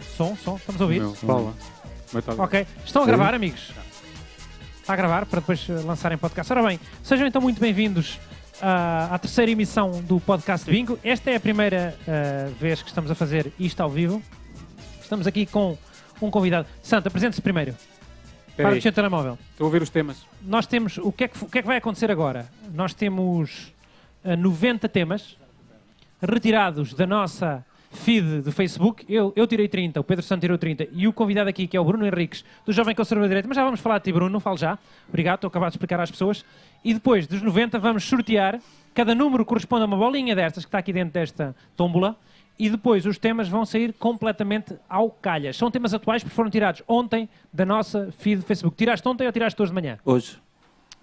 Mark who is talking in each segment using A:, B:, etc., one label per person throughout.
A: som? Estamos a ouvir?
B: Não, fala. Mas tá-
A: Ok. Estão a
B: Sim.
A: gravar, amigos? Está a gravar para depois eh, lançarem podcast. Ora bem, sejam então muito bem-vindos ah, à terceira emissão do podcast Bingo. Esta é a primeira ah, vez que estamos a fazer isto ao vivo. Estamos aqui com um convidado. Santo, apresente-se primeiro.
B: Espera
A: Para
B: aí,
A: o seu telemóvel.
B: Estou a ouvir os temas.
A: Nós temos. O que, é que, o que é que vai acontecer agora? Nós temos ah, 90 temas retirados da nossa feed do Facebook. Eu, eu tirei 30, o Pedro Santo tirou 30 e o convidado aqui, que é o Bruno Henriques, do Jovem Conservador Direito. Mas já vamos falar de ti, Bruno, não falo já. Obrigado, estou a acabar de explicar às pessoas. E depois dos 90, vamos sortear. Cada número corresponde a uma bolinha destas que está aqui dentro desta tómbola. E depois os temas vão sair completamente ao calhas. São temas atuais porque foram tirados ontem da nossa feed do Facebook. Tiraste ontem ou tiraste hoje de manhã?
C: Hoje.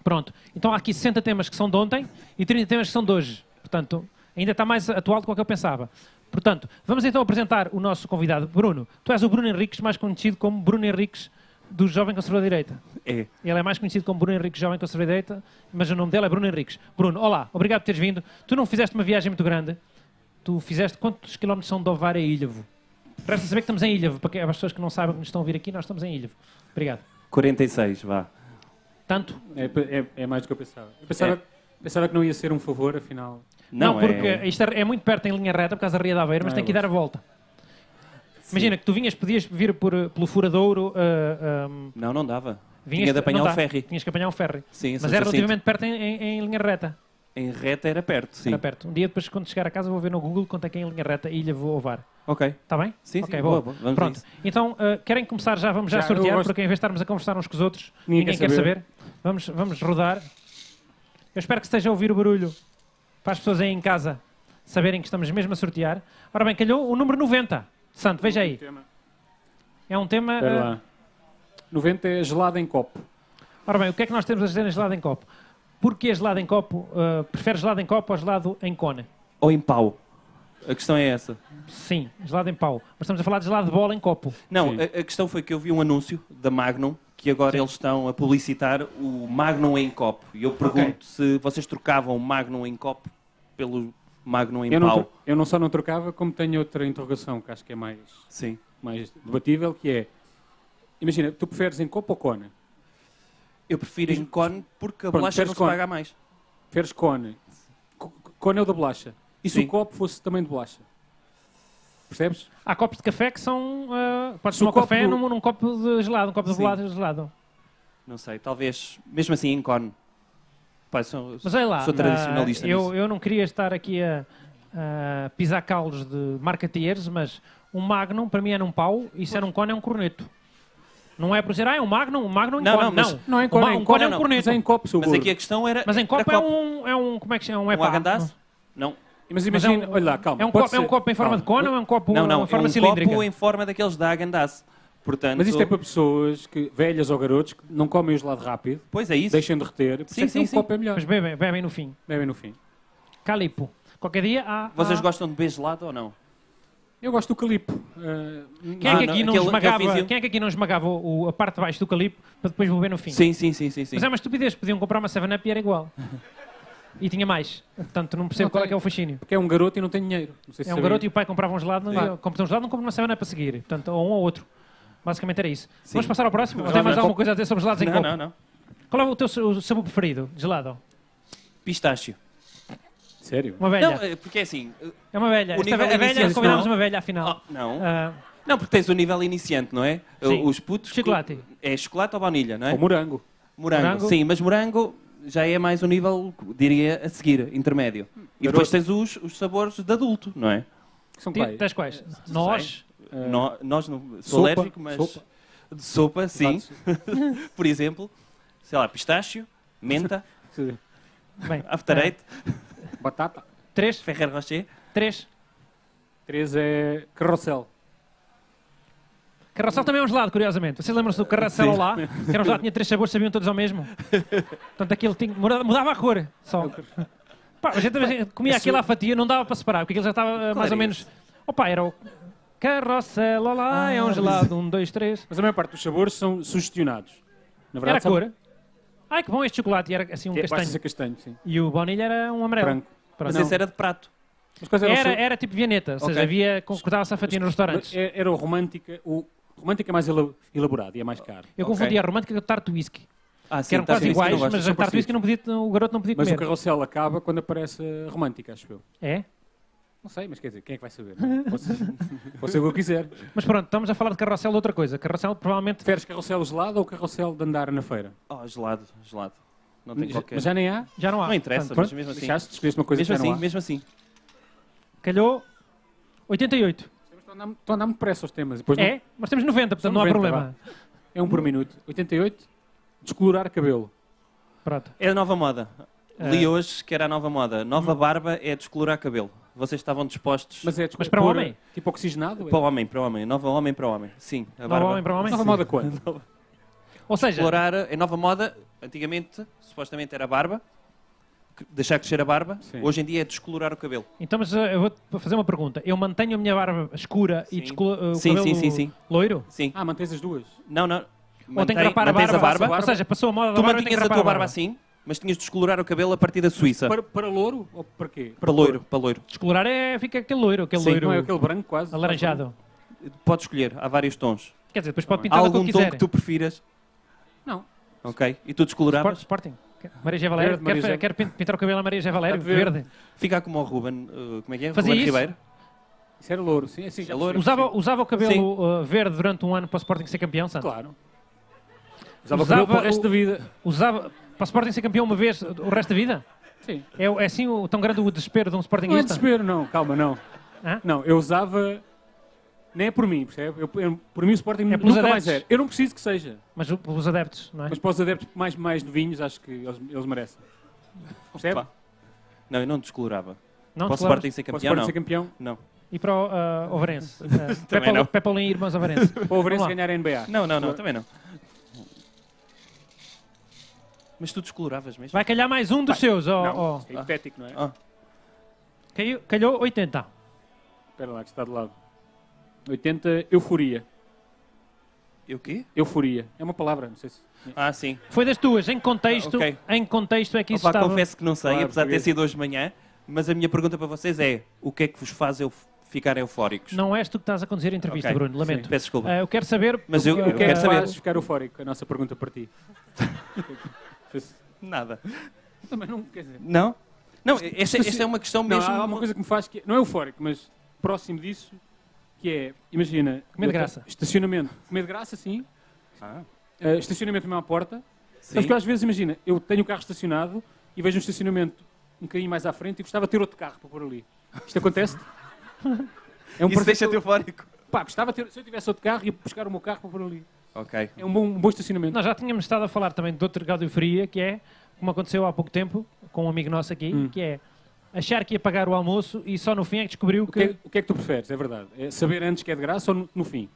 A: Pronto. Então há aqui 60 temas que são de ontem e 30 temas que são de hoje. Portanto, ainda está mais atual do que o que eu pensava. Portanto, vamos então apresentar o nosso convidado, Bruno. Tu és o Bruno Henriques, mais conhecido como Bruno Henriques do Jovem Conservador da Direita.
C: É.
A: Ele é mais conhecido como Bruno Henriques Jovem Conservador da Direita, mas o nome dele é Bruno Henriques. Bruno, olá, obrigado por teres vindo. Tu não fizeste uma viagem muito grande. Tu fizeste quantos quilómetros são de Ovar a Ilhavo? Resta saber que estamos em Ilhavo, para que- para as pessoas que não sabem que nos estão a ouvir aqui, nós estamos em Ilhavo. Obrigado.
C: 46, vá.
A: Tanto?
B: É, é- é mais do que eu pensava. Eu pensava,
A: É.
B: pensava que não ia ser um favor, afinal.
A: Não,
C: é
A: porque
C: um-
A: isto é, é muito perto em linha reta por causa da Ria da Aveiro, mas
B: Ah,
A: tem
B: eu
A: que dar a volta. Imagina que tu vinhas, podias vir por, eh, pelo furadouro, ah, ahm,
C: Não, não dava.
A: vinhas
C: Tinha de
A: não
C: apanhar
A: dá,
C: o ferry.
A: Tinhas que apanhar um ferry.
C: Sim,
A: mas
C: São
A: era
C: Jacinto.
A: relativamente perto em, em- em linha reta.
C: Em reta era perto, sim.
A: Era perto. Um dia depois, quando chegar a casa, vou ver no Google quanto é que é em linha reta e ilha vou ovar.
C: Ok.
A: Está Tá bem?
C: Sim,
A: Ok,
C: sim,
A: boa.
C: boa, boa. Vamos a
A: Pronto.
C: isso.
A: Então, ah, querem começar já? Vamos já,
B: Já, eu
A: sortear,
B: gosto-
A: porque em vez de estarmos a conversar uns com os outros,
B: Ninguém
A: ninguém
B: quer
A: quer saber. Vamos, vamos rodar. Eu espero que esteja a ouvir o barulho para as pessoas aí em casa saberem que estamos mesmo a sortear. Ora bem, calhou o número 90. Santo, veja aí.
B: Tema.
A: É um tema.
B: Espera
A: ah,
B: lá. 90 é gelado em copo.
A: Ora bem, o que é que nós temos a dizer em gelado em copo? Porquê gelado em copo? Ah, prefere gelado em copo ou gelado em cone?
C: Ou em pau. A questão é essa.
A: Sim, gelado em pau. Mas estamos a falar de gelado de bola em copo.
C: Não,
B: Sim.
C: a, a questão foi que eu vi um anúncio da Magnum que agora eles estão a publicitar o Magnum em copo. E eu pergunto se vocês trocavam o Magnum em copo pelo Magnum em
B: Eu não,
C: pau.
B: tro- eu não só não trocava, como tenho outra interrogação que acho que é mais,
C: Sim.
B: mais debatível, que é... Imagina, tu preferes em copo ou cone?
C: Eu prefiro em cone porque a
B: Pronto,
C: bolacha não
B: peres
C: se
B: cone.
C: paga mais.
B: Preferes cone? Co- Cone é o da bolacha. E se
C: Sim.
B: o copo fosse também de bolacha? Percebes?
A: Há copos de café que são. ah, podes
B: Se
A: tomar
B: o copo-
A: café num, num copo de gelado, um copo de
C: Sim.
A: gelado, gelado.
C: Não sei, talvez, mesmo assim, em cone. Pá, sou,
A: Mas olha lá.
C: sou
A: ah,
C: tradicionalista
A: eu,
C: nisso.
A: eu não queria estar aqui a, a pisar calos de marketeers, mas um Magnum para mim é num pau e se é num cone é um corneto. Não é por dizer, ah, é um Magnum, um Magnum é um
C: Não,
A: cone.
C: não, mas-
A: não.
B: Não é em
A: Um ma-
B: cone, é
A: um
B: em
A: cone é
C: não,
A: um
C: não.
B: Mas é
A: corneto.
B: em copo, seu
C: Mas
B: burro.
C: aqui a questão era.
A: Mas em
C: era
A: copo é um, é um. Como é que se chama? Um
C: Um
A: epá.
C: agandaço? Não.
B: Mas
A: Mas
B: imagina,
A: é um-
B: olha lá, calma.
A: É um,
B: pode
A: copo, é um
B: ser-
A: copo em forma de
B: calma.
A: cone ou é um copo
C: Não,
A: em
C: não,
A: forma
C: é um
A: cilíndrica?
C: copo em forma daqueles da Agandasse. Portanto,
B: Mas isto é para pessoas que, velhas ou garotos que não comem o gelado rápido,
C: Pois é isso.
B: deixam derreter. por isso
C: Sim,
B: é que
C: sim,
B: um
C: sim.
B: copo é melhor.
A: Mas bebem, bebem no fim.
B: Bebem no fim.
A: Calipo. Qualquer dia há.
C: Vocês
A: há-
C: gostam de beber gelado ou não?
B: Eu gosto do calipo. Ah,
A: Quem é,
C: Ah,
A: que
C: não,
A: aqui não
C: aquele-
A: esmagava,
C: eu fiz eu.
A: quem é que aqui não esmagava o- a parte de baixo do calipo para depois beber no fim?
C: Sim, sim, sim, sim. sim.
A: Mas é uma estupidez, podiam comprar uma 7-Up e era igual. e tinha mais. Portanto, não percebo
B: Não
A: qual é
B: tem.
A: que é o fascínio.
B: porque é um garoto e não tem dinheiro. Não sei se
A: É um
B: sabia.
A: garoto e o pai comprava um gelado,
B: Sim.
A: não compra um gelado, não compra uma 7-Up a seguir. Portanto, ou um ou outro. Basicamente era isso.
C: Sim.
A: Vamos passar ao próximo? Ou
B: Não,
A: tem mais
B: não.
A: alguma coisa a dizer sobre gelados em
C: Não,
A: copo?
C: não, não.
A: Qual é o teu sa- o sabor preferido de gelado?
C: Pistácio.
B: Sério?
A: Uma
C: Não,
A: velha.
C: é porque é assim. eh,
A: é uma velha.
C: o
A: Esta
C: nível
A: velha, a velha
C: iniciante,
A: convidámos
C: não.
A: uma velha, afinal.
C: oh, não.
A: Ah,
C: Não, porque tens o nível iniciante, não é?
A: Sim.
C: Os putos.
A: Chocolate.
C: É chocolate ou baunilha, não é?
B: Ou morango.
C: Morango.
A: Morango.
C: Sim, mas morango já é mais um nível, diria, a seguir, intermédio. E depois tens os, os sabores de adulto, não é?
B: Que são
A: ti-
B: quais?
A: das quais? Nós.
B: Ah,
C: No- nós não. Sou
B: sopa,
C: alérgico, mas.
B: sopa.
C: De sopa, sim.
B: Exato.
C: Por exemplo, sei lá, pistácio, menta,
B: Sim.
A: Bem,
C: after
A: ah,
C: eight,
B: Batata.
A: Três.
C: Ferrer Rocher.
A: Três.
B: Três é carrossel.
A: Carrossel também é um gelado, curiosamente. Vocês lembram-se do Carrossel
C: Sim.
A: lá? Que era um gelado, tinha três sabores, sabiam todos ao mesmo. Portanto, aquilo tinha, muda- mudava a cor só. Pá, a gente também comia aquilo à fatia, não dava para separar, porque aquilo já estava uh, mais
C: era
A: ou menos. Opa, era o Carrossel lá,
C: Ah,
A: é um gelado, um, dois, três.
B: Mas a maior parte dos sabores são sugestionados. Na
A: Era a
B: verdade,
A: cor. Ai
C: É,
A: que bom este chocolate, e era assim um
B: Basta
A: castanho.
B: ser castanho, sim.
A: E o baunilha era um amarelo.
B: Branco.
A: Pronto.
C: Mas esse era de prato.
B: Mas quais eram os
A: Era,
B: seus-
A: era tipo Vianeta, ou seja,
C: Ok.
A: havia, co- cortava-se a fatia nos restaurantes.
B: Mas é- Era o romântica, o romântica é mais ela- elaborado e é mais caro.
A: Eu
C: Ok.
A: confundia a romântica com o tarte whisky,
C: Ah,
A: que eram
C: tá,
A: quase
C: sim,
A: iguais,
C: não gosto.
A: mas
B: são
A: a tarte
B: parecidos.
A: whisky não podia, o garoto não podia
B: Mas o
A: comer.
B: carrossel acaba quando aparece a romântica, acho eu.
A: É?
B: Não sei, mas quer dizer, quem é que vai saber? não é? Pode ser- pode ser o que eu quiser.
A: Mas pronto, estamos a falar de carrossel de outra coisa. Carrossel provavelmente
B: Preferes carrossel gelado ou carrossel de andar na feira?
C: Oh, gelado, gelado. Não tem
B: Já-
C: qualquer...
B: Mas já nem há?
A: já não há.
C: Não interessa,
A: Portanto,
C: mas mesmo assim.
B: Deixaste, escolheste uma coisa
C: Mesmo
B: que já
C: assim,
B: não há.
C: mesmo assim.
A: calhou 88.
B: Estão a andar- estão a andar muito pressa aos temas. Depois não-
A: É, mas temos 90, portanto
B: São
A: não há
B: 90,
A: problema.
B: é um por minuto. 88, descolorar cabelo.
A: Pronto.
C: É a nova moda.
A: É.
C: Li hoje que era a nova moda. Nova barba é descolorar cabelo. Vocês estavam dispostos...
B: Mas é
A: Mas para
B: por-
A: homem?
B: Tipo oxigenado?
C: Para o homem, para o homem. Nova homem para o homem. Sim, a
A: Nova
C: barba.
A: homem para
B: é?
A: homem.
B: Nova moda quando?
A: Ou seja,
C: Explorar a é nova moda, antigamente, supostamente era a barba, que- deixar crescer a barba,
B: Sim.
C: hoje em dia é descolorar o cabelo.
A: então mas, uh, eu vou fazer uma pergunta. Eu mantenho a minha barba escura e
C: Sim.
A: descolo- uh, o
C: Sim,
A: cabelo
C: sim, sim, sim.
A: loiro?
C: Sim.
B: Ah, mantens as duas.
C: Não, não.
A: Ou tenho
C: Mantém-
A: que rapar a
C: mantens
A: barba?
B: a barba?
A: Ou seja, passou a moda da
C: Tu
A: barba, eu tenho
C: mantinhas
A: que
C: a
A: rapar
C: tua barba assim, mas tinhas de descolorar o cabelo a partir da Suíça. Para,
B: Para, para louro ou para quê?
C: loiro, Tá. para loiro.
A: Descolorar é, fica aquele loiro, aquele
C: Sim,
A: loiro
B: Não é aquele branco quase?
A: alaranjado.
C: Podes escolher, há vários tons.
A: Quer dizer, depois pode
B: Há
C: Há
A: pintar o
C: algum
A: que
C: tom
A: quiser.
C: que tu prefiras,
B: Não.
C: ok? E tu
A: Sport-
C: descoloravas?
A: Sporting. Maria Gé Valério.
B: Verde, Maria
A: Quer,
B: Gé.
A: quer pin- pintar o cabelo a Maria Gé Valério,
B: Está verde.
A: verde.
C: Fica como o Ruben, uh, como é que é?
A: Fazia
C: Ruben
A: isso?
C: Ribeiro.
B: Isso era louro, sim. Assim, já
C: É louro.
B: percebi.
A: Usava, usava o cabelo uh, verde durante um ano para o Sporting ser campeão, Santos?
B: Claro.
A: Usava
B: Usava, o cabelo para o resto
A: o-
B: da vida.
A: Usava para o Sporting ser campeão uma vez o resto da vida?
B: Sim.
A: É, é assim o, tão grande o desespero de um
B: Não é
A: Sportingista?
B: desespero, não. Calma, não.
A: Hã?
B: Não, eu usava... Nem é por mim, percebe? Eu, eu- por mim o Sporting
A: É pelos
B: nunca mais
A: adeptos.
B: era. Eu não preciso que seja.
A: Mas o- pelos adeptos, não é?
B: Mas para os adeptos mais, mais novinhos, acho que eles, eles merecem. Percebe?
C: Pá, Não, eu não descolorava.
A: não
C: Posso
A: claro.
C: Sporting ser
B: Para o
C: campeão?
B: Sporting
C: Não.
B: ser campeão,
C: Não.
A: E para o uh, Overense. Uh,
C: Também
A: Pepe-
C: não.
A: Pepe Olim e Irmãos Overense.
B: para o Overense
A: Vamos lá.
B: ganhar a NBA.
C: não, não, não, também não. Mas tu descoloravas mesmo?
A: Vai calhar mais um dos seus. ó,
B: Não,
A: ó.
B: isto é hipotético, não é?
C: Ah,
A: Caiu- calhou 80.
B: Espera lá, que está de lado. 80, euforia.
C: eu quê?
B: Euforia. É uma palavra, não sei se...
C: Ah, sim.
A: Foi das tuas. Em contexto,
C: Ok.
A: em contexto é que isso
C: Opa,
A: estava...
C: confesso que não sei,
B: Claro,
C: apesar de ter
B: português.
C: sido hoje de manhã, mas a minha pergunta para vocês é: o que é que vos faz eu ficar eufóricos?
A: Não és tu que estás a conduzir a entrevista,
C: Ok.
A: Bruno. Lamento.
C: Peço desculpa.
A: Ah, eu quero saber...
C: Mas eu-
B: O
C: eu
B: que é
C: quero
B: que
C: saber.
B: faz ficar eufórico? A nossa pergunta para ti.
C: Nada.
B: Também não, quer dizer...
C: Não? Não, esta,
B: Isto
C: esta é uma questão
B: Não,
C: mesmo.
B: há uma coisa que me faz que... Não é eufórico, mas próximo disso, que é... Imagina...
A: Comer de
B: eu-
A: graça.
B: Estacionamento. Comer de graça, sim.
C: Ah,
B: Eh, estacionamento mesmo à porta.
C: sim.
B: Mas que eu às vezes, imagina, eu tenho o carro estacionado e vejo um estacionamento um bocadinho mais à frente e gostava de ter outro carro para pôr ali. Isto acontece? É um
C: Isso
B: processo-
C: deixa-te eufórico.
B: Pá, gostava de ter... Se eu tivesse outro carro, ia buscar o meu carro para pôr ali.
C: Ok.
B: É um bom, um bom estacionamento.
A: Nós já tínhamos estado a falar também de outro grau de euforia, que é, como aconteceu há pouco tempo, com um amigo nosso aqui,
B: Hum.
A: que é achar que ia pagar o almoço e só no fim é que descobriu
B: O, que é,
A: que...
B: o que é que tu preferes, é verdade? É saber antes que é de graça ou no, no fim?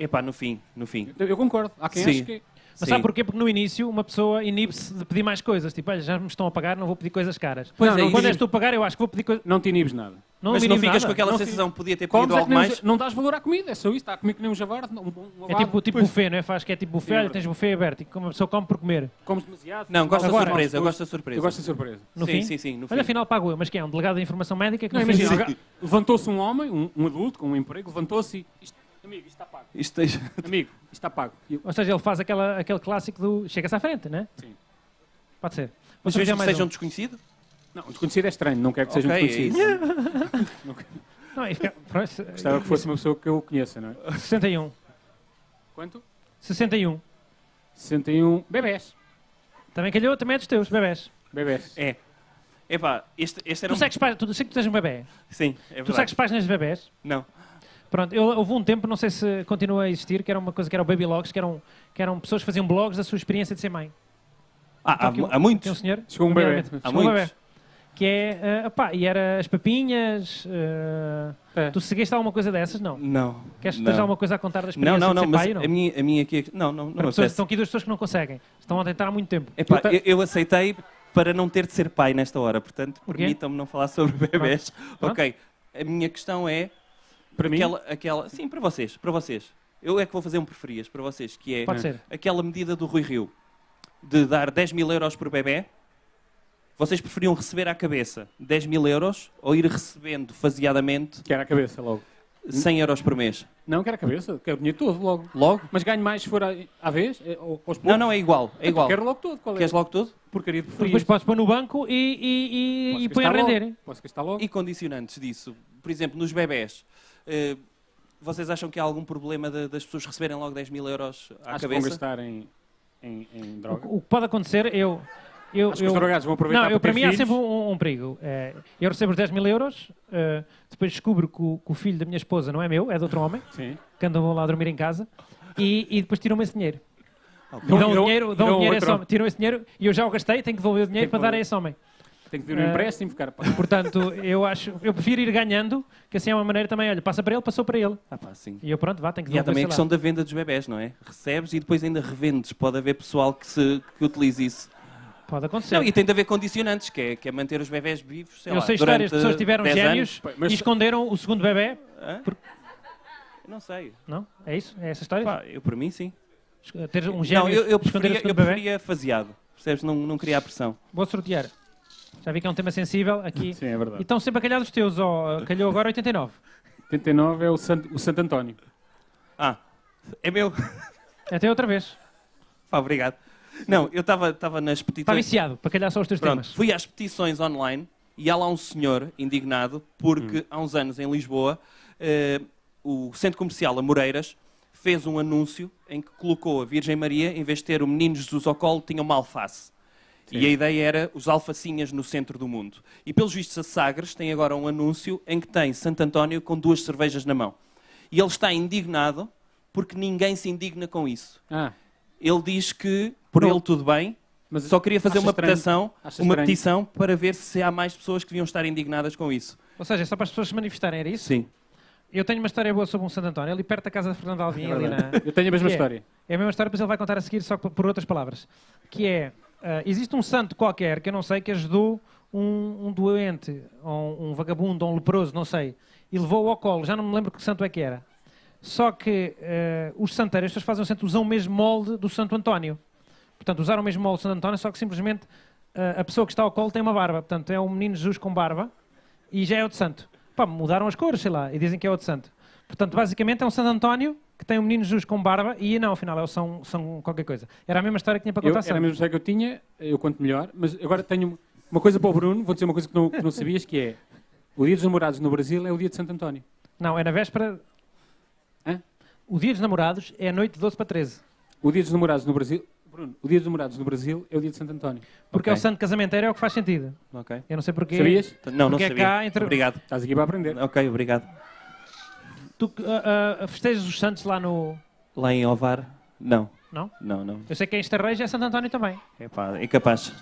C: Epá, no fim, no fim.
B: Eu, eu concordo. Há quem
C: Sim.
B: ache que... é-
A: Mas
C: Sim.
A: sabe porquê? Porque no início uma pessoa inibe-se de pedir mais coisas. Tipo, "Olha, já me estão a pagar, não vou pedir coisas caras.
B: Pois
A: Não,
B: é
A: não,
B: isso.
A: quando és tu a pagar, eu acho que vou pedir coisas...
B: Não te inibes nada.
A: Não
C: mas
A: me
C: não
A: inibe
C: ficas
A: nada.
C: com aquela
B: Não
C: sensação, podia ter
B: Comes é
C: pedido
B: que
C: algo
B: nem,
C: Tipo, mais?
B: Não dás valor à comida, é só isso. Está a comer que nem um javarde. Um, bom- um
A: É
B: avado.
A: tipo, tipo buffet, não é? Faz que é tipo buffet,
B: Sim,
A: olha, tens buffet aberto e como a pessoa come por comer.
B: Comes demasiado.
C: Não, gosto da
A: Agora-
C: surpresa, eu gosto da
B: Eu
C: surpresa.
B: gosto da surpresa.
A: No
C: sim,
A: fim?
C: sim, sim, no
A: Olha,
C: fim.
A: afinal pago eu, mas quem é? Um delegado de informação médica que
B: Não,
A: no fim-
B: imagina, alguém- levantou-se um homem, um, um adulto com um emprego, levantou-se e. Isto, amigo, isto está pago.
C: Isto deixa-
B: Amigo, isto está pago. E eu-
A: Ou seja, ele faz aquela, aquele clássico do chega-se à frente, né?
B: Sim.
A: Pode ser.
C: Mas
A: Vamos
C: mesmo
A: fazer
C: que
A: mais
C: sejam
A: um.
C: desconhecidos?
B: Não, um desconhecido é estranho, não quero que seja um
C: Ok, é
B: desconhecido.
A: Não, é e fica- Pronto,
B: Gostava que fosse uma pessoa que eu conheça, não é?
A: 61.
B: Quanto?
A: 61.
B: 61. Bebés.
A: Também calhou, também é dos teus, bebés.
B: Bebés.
C: É. Epá, este, este era
A: Tu
C: um...
A: segues, pá- tu, sei que tu tens um bebê.
C: Sim, é
A: Tu
C: verdade.
A: segues Então páginas de bebés.
C: Não.
A: Pronto, eu, houve um tempo, não sei se continua a existir, que era uma coisa que era o Baby Logs, que eram, que eram pessoas que faziam blogs da sua experiência de ser mãe.
C: Ah, há,
A: aqui um-
C: há
A: Tem um
C: muitos.
A: senhor?
B: Chegou um bebé.
A: nomeadamente,
B: Há
A: chegou um
C: muitos.
A: bebé. Que é, ah, pá, e era as papinhas. ah,
B: É.
A: Tu seguiste alguma coisa dessas? Não.
C: Não.
A: Queres que
C: não.
A: esteja alguma coisa a contar da
C: Não,
A: experiência
C: não,
A: de
C: não,
A: ser
C: mas
A: é pai? Não,
C: a minha, a minha aqui... é- Não, não, não
A: Para pessoas-
C: acontece.
A: estão aqui duas pessoas que não conseguem. Estão a tentar há muito tempo.
C: Epá,
A: Porta-
C: eu, eu aceitei para não ter de ser pai nesta hora, portanto,
A: Porquê?
C: permitam-me não falar sobre bebés.
A: Pronto.
C: Ok, a minha questão é
B: Para mim,
C: aquela, aquela. Sim, para vocês, para vocês. Eu é que vou fazer um preferias para vocês, que é
A: Pode ser.
C: aquela medida do Rui Rio de dar 10 mil euros por bebê Vocês preferiam receber à cabeça 10 mil euros ou ir recebendo faseadamente
B: Quero a cabeça logo.
C: 100 euros por mês?
B: Não, quero a cabeça, quero o dinheiro todo logo.
C: Logo?
B: Mas ganho mais se for à, à vez? É, ou, aos poucos?
C: Não, não, é igual. É igual.
B: Quero logo todo. Qual é?
C: Queres logo tudo?
B: Porcaria de
A: Tu depois
B: preferir.
A: podes pôr no banco e, e, e, e põe a render. hein?
B: Posso gastar logo?
C: E condicionantes disso? Por exemplo, nos bebés. eh, vocês acham que há algum problema de- das pessoas receberem logo 10 mil euros à
B: Acho que vão
C: cabeça?
B: gastar em, em, em droga.
A: O, o que pode acontecer, eu. eu,
B: Acho que
A: eu
B: os drogados vão aproveitar
A: não, eu,
B: para
A: para
B: ter
A: mim há
B: filhos.
A: sempre um, um- um perigo. É, eu recebo os 10 mil euros, eh, depois descubro que o, que o filho da minha esposa não é meu, é de outro homem,
B: Sim.
A: que andam lá a dormir em casa, e, e depois tiram-me esse dinheiro.
C: Ok.
A: Dão,
B: Não, eu-
A: o dinheiro, dão
B: eu
A: o dinheiro a
B: outro.
A: esse homem. Tiram esse dinheiro e eu já o gastei, tenho que devolver o dinheiro
B: Tem que
A: para dar a
B: devolver.
A: esse homem.
B: Tem que pedir um
A: Eh,
B: empréstimo, cara. pá.
A: Portanto, eu acho, eu prefiro ir ganhando, que assim é uma maneira também, olha, passa para ele, passou para ele.
C: Ah, pá, sim.
A: E eu pronto, vá, tenho que
C: E há
A: devolver,
C: também a
A: sei lá.
C: questão da venda dos bebés, não é? Recebes e depois ainda revendes. Pode haver pessoal que, se, que utilize isso.
A: Pode acontecer.
C: Não, e tem de haver condicionantes, que é, que é manter os bebés vivos, sei
A: eu
C: lá,
A: sei
C: durante
A: histórias de pessoas que tiveram
C: 10
A: gêmeos
B: Pá, mas-
A: e esconderam o segundo bebê.
C: anos. Hã? Não sei.
A: Não? É isso? É essa história?
C: Pá, eu, para mim, sim.
A: Esc- Ter um gêmeo
C: não, eu, eu
A: esconder o
C: preferia,
A: segundo
C: eu
A: bebê?
C: preferia faseado. Percebes? Não, não criar pressão.
A: Vou sortear. Já vi que é um tema sensível aqui.
B: Sim, é
A: E
B: verdade.
A: estão sempre a calhar dos teus. ó, calhou agora 89.
B: 89 é o, Sant, o Santo António.
C: Ah, é meu.
A: Até outra vez.
C: Pá, obrigado. Não, eu estava nas
A: Está
C: petições.
A: viciado para calhar só os teus
C: Pronto,
A: temas.
C: fui às petições online e há lá um senhor indignado porque há uns anos em Lisboa eh, o centro comercial Amoreiras fez um anúncio em que colocou a Virgem Maria, em vez de ter o menino Jesus ao colo, tinha uma alface. E a ideia era os alfacinhas no centro do mundo. E pelos vistos a Sagres tem agora um anúncio em que tem Santo António com duas cervejas na mão. E ele está indignado porque ninguém se indigna com isso.
B: Ah,
C: Ele diz que por
B: Não.
C: ele tudo bem,
B: mas
C: só queria fazer
B: Acha
C: uma
B: estranho?
C: petição,
B: Acha
C: uma
B: estranho?
C: petição para ver se há mais pessoas que deviam estar indignadas com isso.
A: Ou seja, é só para as pessoas se manifestarem, era isso?
C: Sim.
A: Eu tenho uma história boa sobre um Santo António, ali perto da casa de Fernando Alvim,
B: é
A: ali na,
B: verdade. Eu tenho a mesma
A: É.
B: história.
A: É a mesma história, mas ele vai contar a seguir, só que por outras palavras. Que é, ah, existe um santo qualquer, que eu não sei, que ajudou um, um doente, ou um, um vagabundo, ou um leproso, não sei, e levou-o ao colo, já não me lembro que santo é que era. Só que ah, os santeiros, as pessoas fazem o santo, usam o mesmo molde do santo António. Portanto, usaram o mesmo molde do santo António, só que simplesmente ah, a pessoa que está ao colo tem uma barba. Portanto, é um menino Jesus com barba, e já é outro santo. Pá, mudaram as cores, sei lá, e dizem que é outro santo. Portanto, basicamente é um Santo António que tem um menino Jesus com barba e não, afinal, é o São, São qualquer coisa. Era a mesma história que tinha para
B: Eu,
A: contar
B: era a
A: sempre.
B: mesma história que eu tinha, eu conto melhor, mas agora tenho uma coisa para o Bruno, vou dizer uma coisa que não, que não sabias, que é o dia dos namorados no Brasil é o dia de Santo António.
A: Não, é na véspera.
B: Hã?
A: O dia dos namorados é a noite de 12 para 13.
B: O dia dos namorados no Brasil, Bruno, o dia dos namorados no Brasil é o dia de Santo António.
A: Porque é o
C: Ok.
A: santo casamenteiro, é o que faz sentido.
C: Ok. Então,
A: Eu não sei porquê.
B: Sabias?
C: Não, não
A: Porque é
C: sabia.
A: cá entre-
C: Obrigado.
B: Estás aqui para aprender.
C: Ok, obrigado.
A: Tu ah, ah, festejas os santos lá no.
C: Lá em Ovar? Não.
A: Não?
C: Não, não.
A: Eu sei que em Estarreja é Santo António também.
C: Epá, é capaz.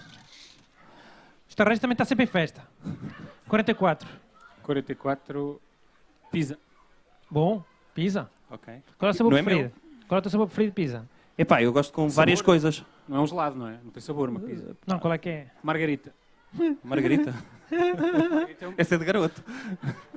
A: Estarreja também está sempre em festa. 44.
B: 44, Pisa.
A: Bom, pizza.
C: Ok.
A: Qual é o sabor
C: Não é
A: preferido? Qual é o teu sabor preferido de pizza?
C: Epá, eu gosto com várias coisas.
B: Não é um gelado, não é? Não tem sabor, uma pizza.
C: Uh.
A: Não, qual é que é?
B: Margarita.
C: Margarita. Essa é de garoto.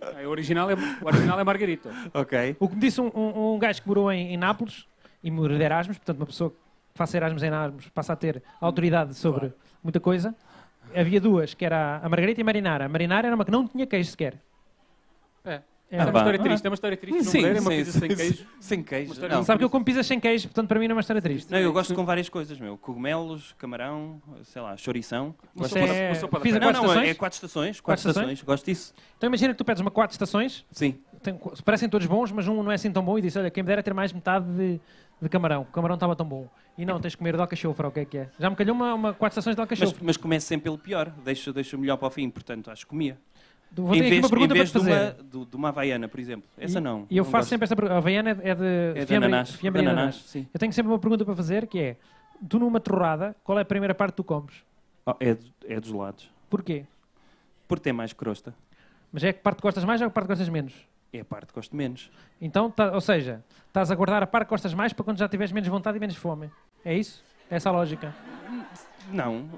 B: Ah, O original é, o original é Margarita.
C: Ok.
A: O que me disse um, um, um gajo que morou em, em Nápoles e morou de Erasmus, portanto, uma pessoa que faça Erasmus em Erasmus passa a ter autoridade sobre muita coisa. Havia duas, que era a Margarita e a Marinara. A Marinara era uma que não tinha queijo sequer.
B: É.
C: Ah,
A: Era-
B: É uma
C: pá.
B: história triste, é uma história triste. Não é uma pizza sem queijo.
C: Sem queijo.
B: Uma
C: Não.
A: Sabe que eu como pizza sem queijo, portanto, para mim não é uma história triste.
C: Não, eu gosto com várias coisas, meu. Cogumelos, camarão, sei lá, chourição.
A: Mas
C: Gosto
A: é
C: disso.
B: sopa de
A: pizza
B: pedra.
C: Não,
A: quatro
C: não, é
A: estações.
C: é quatro estações. Quatro
A: Quatro
C: estações. Gosto disso.
A: Então imagina que tu pedes uma quatro estações,
C: Sim.
A: tem qu- parecem todos bons, mas um não é assim tão bom e diz, olha, quem me dera ter mais metade de, de camarão. O camarão estava tão bom. E não, tens de comer de alcachofra, o que é que é? Já me calhou uma, uma quatro estações de
C: Mas,
A: alcachofra.
C: mas começo sempre pelo pior, deixo, deixo o melhor para o fim, portanto acho que comia.
A: Vou ter aqui uma pergunta para
C: em vez
A: te fazer.
C: De, uma, do- de uma havaiana, por exemplo. Essa
A: E-
C: não.
A: E eu
C: não
A: faço
C: gosto.
A: sempre esta pergunta. A Havaiana é de, é de
C: É de
A: fiambre-
C: ananás.
A: fiambre e
C: de
A: ananás.
C: ananás, sim.
A: Eu tenho sempre uma pergunta para fazer que é: tu numa torrada, qual é a primeira parte que tu comes?
C: Oh, é, do- é dos lados.
A: Porquê?
C: Por ter mais crosta.
A: Mas é que parte que gostas mais ou a parte que gostas menos?
C: É a parte que gosto menos.
A: Então, tá- ou seja, estás a guardar a parte que gostas mais para quando já tiveres menos vontade e menos fome. É isso? É Essa a lógica.
C: Não,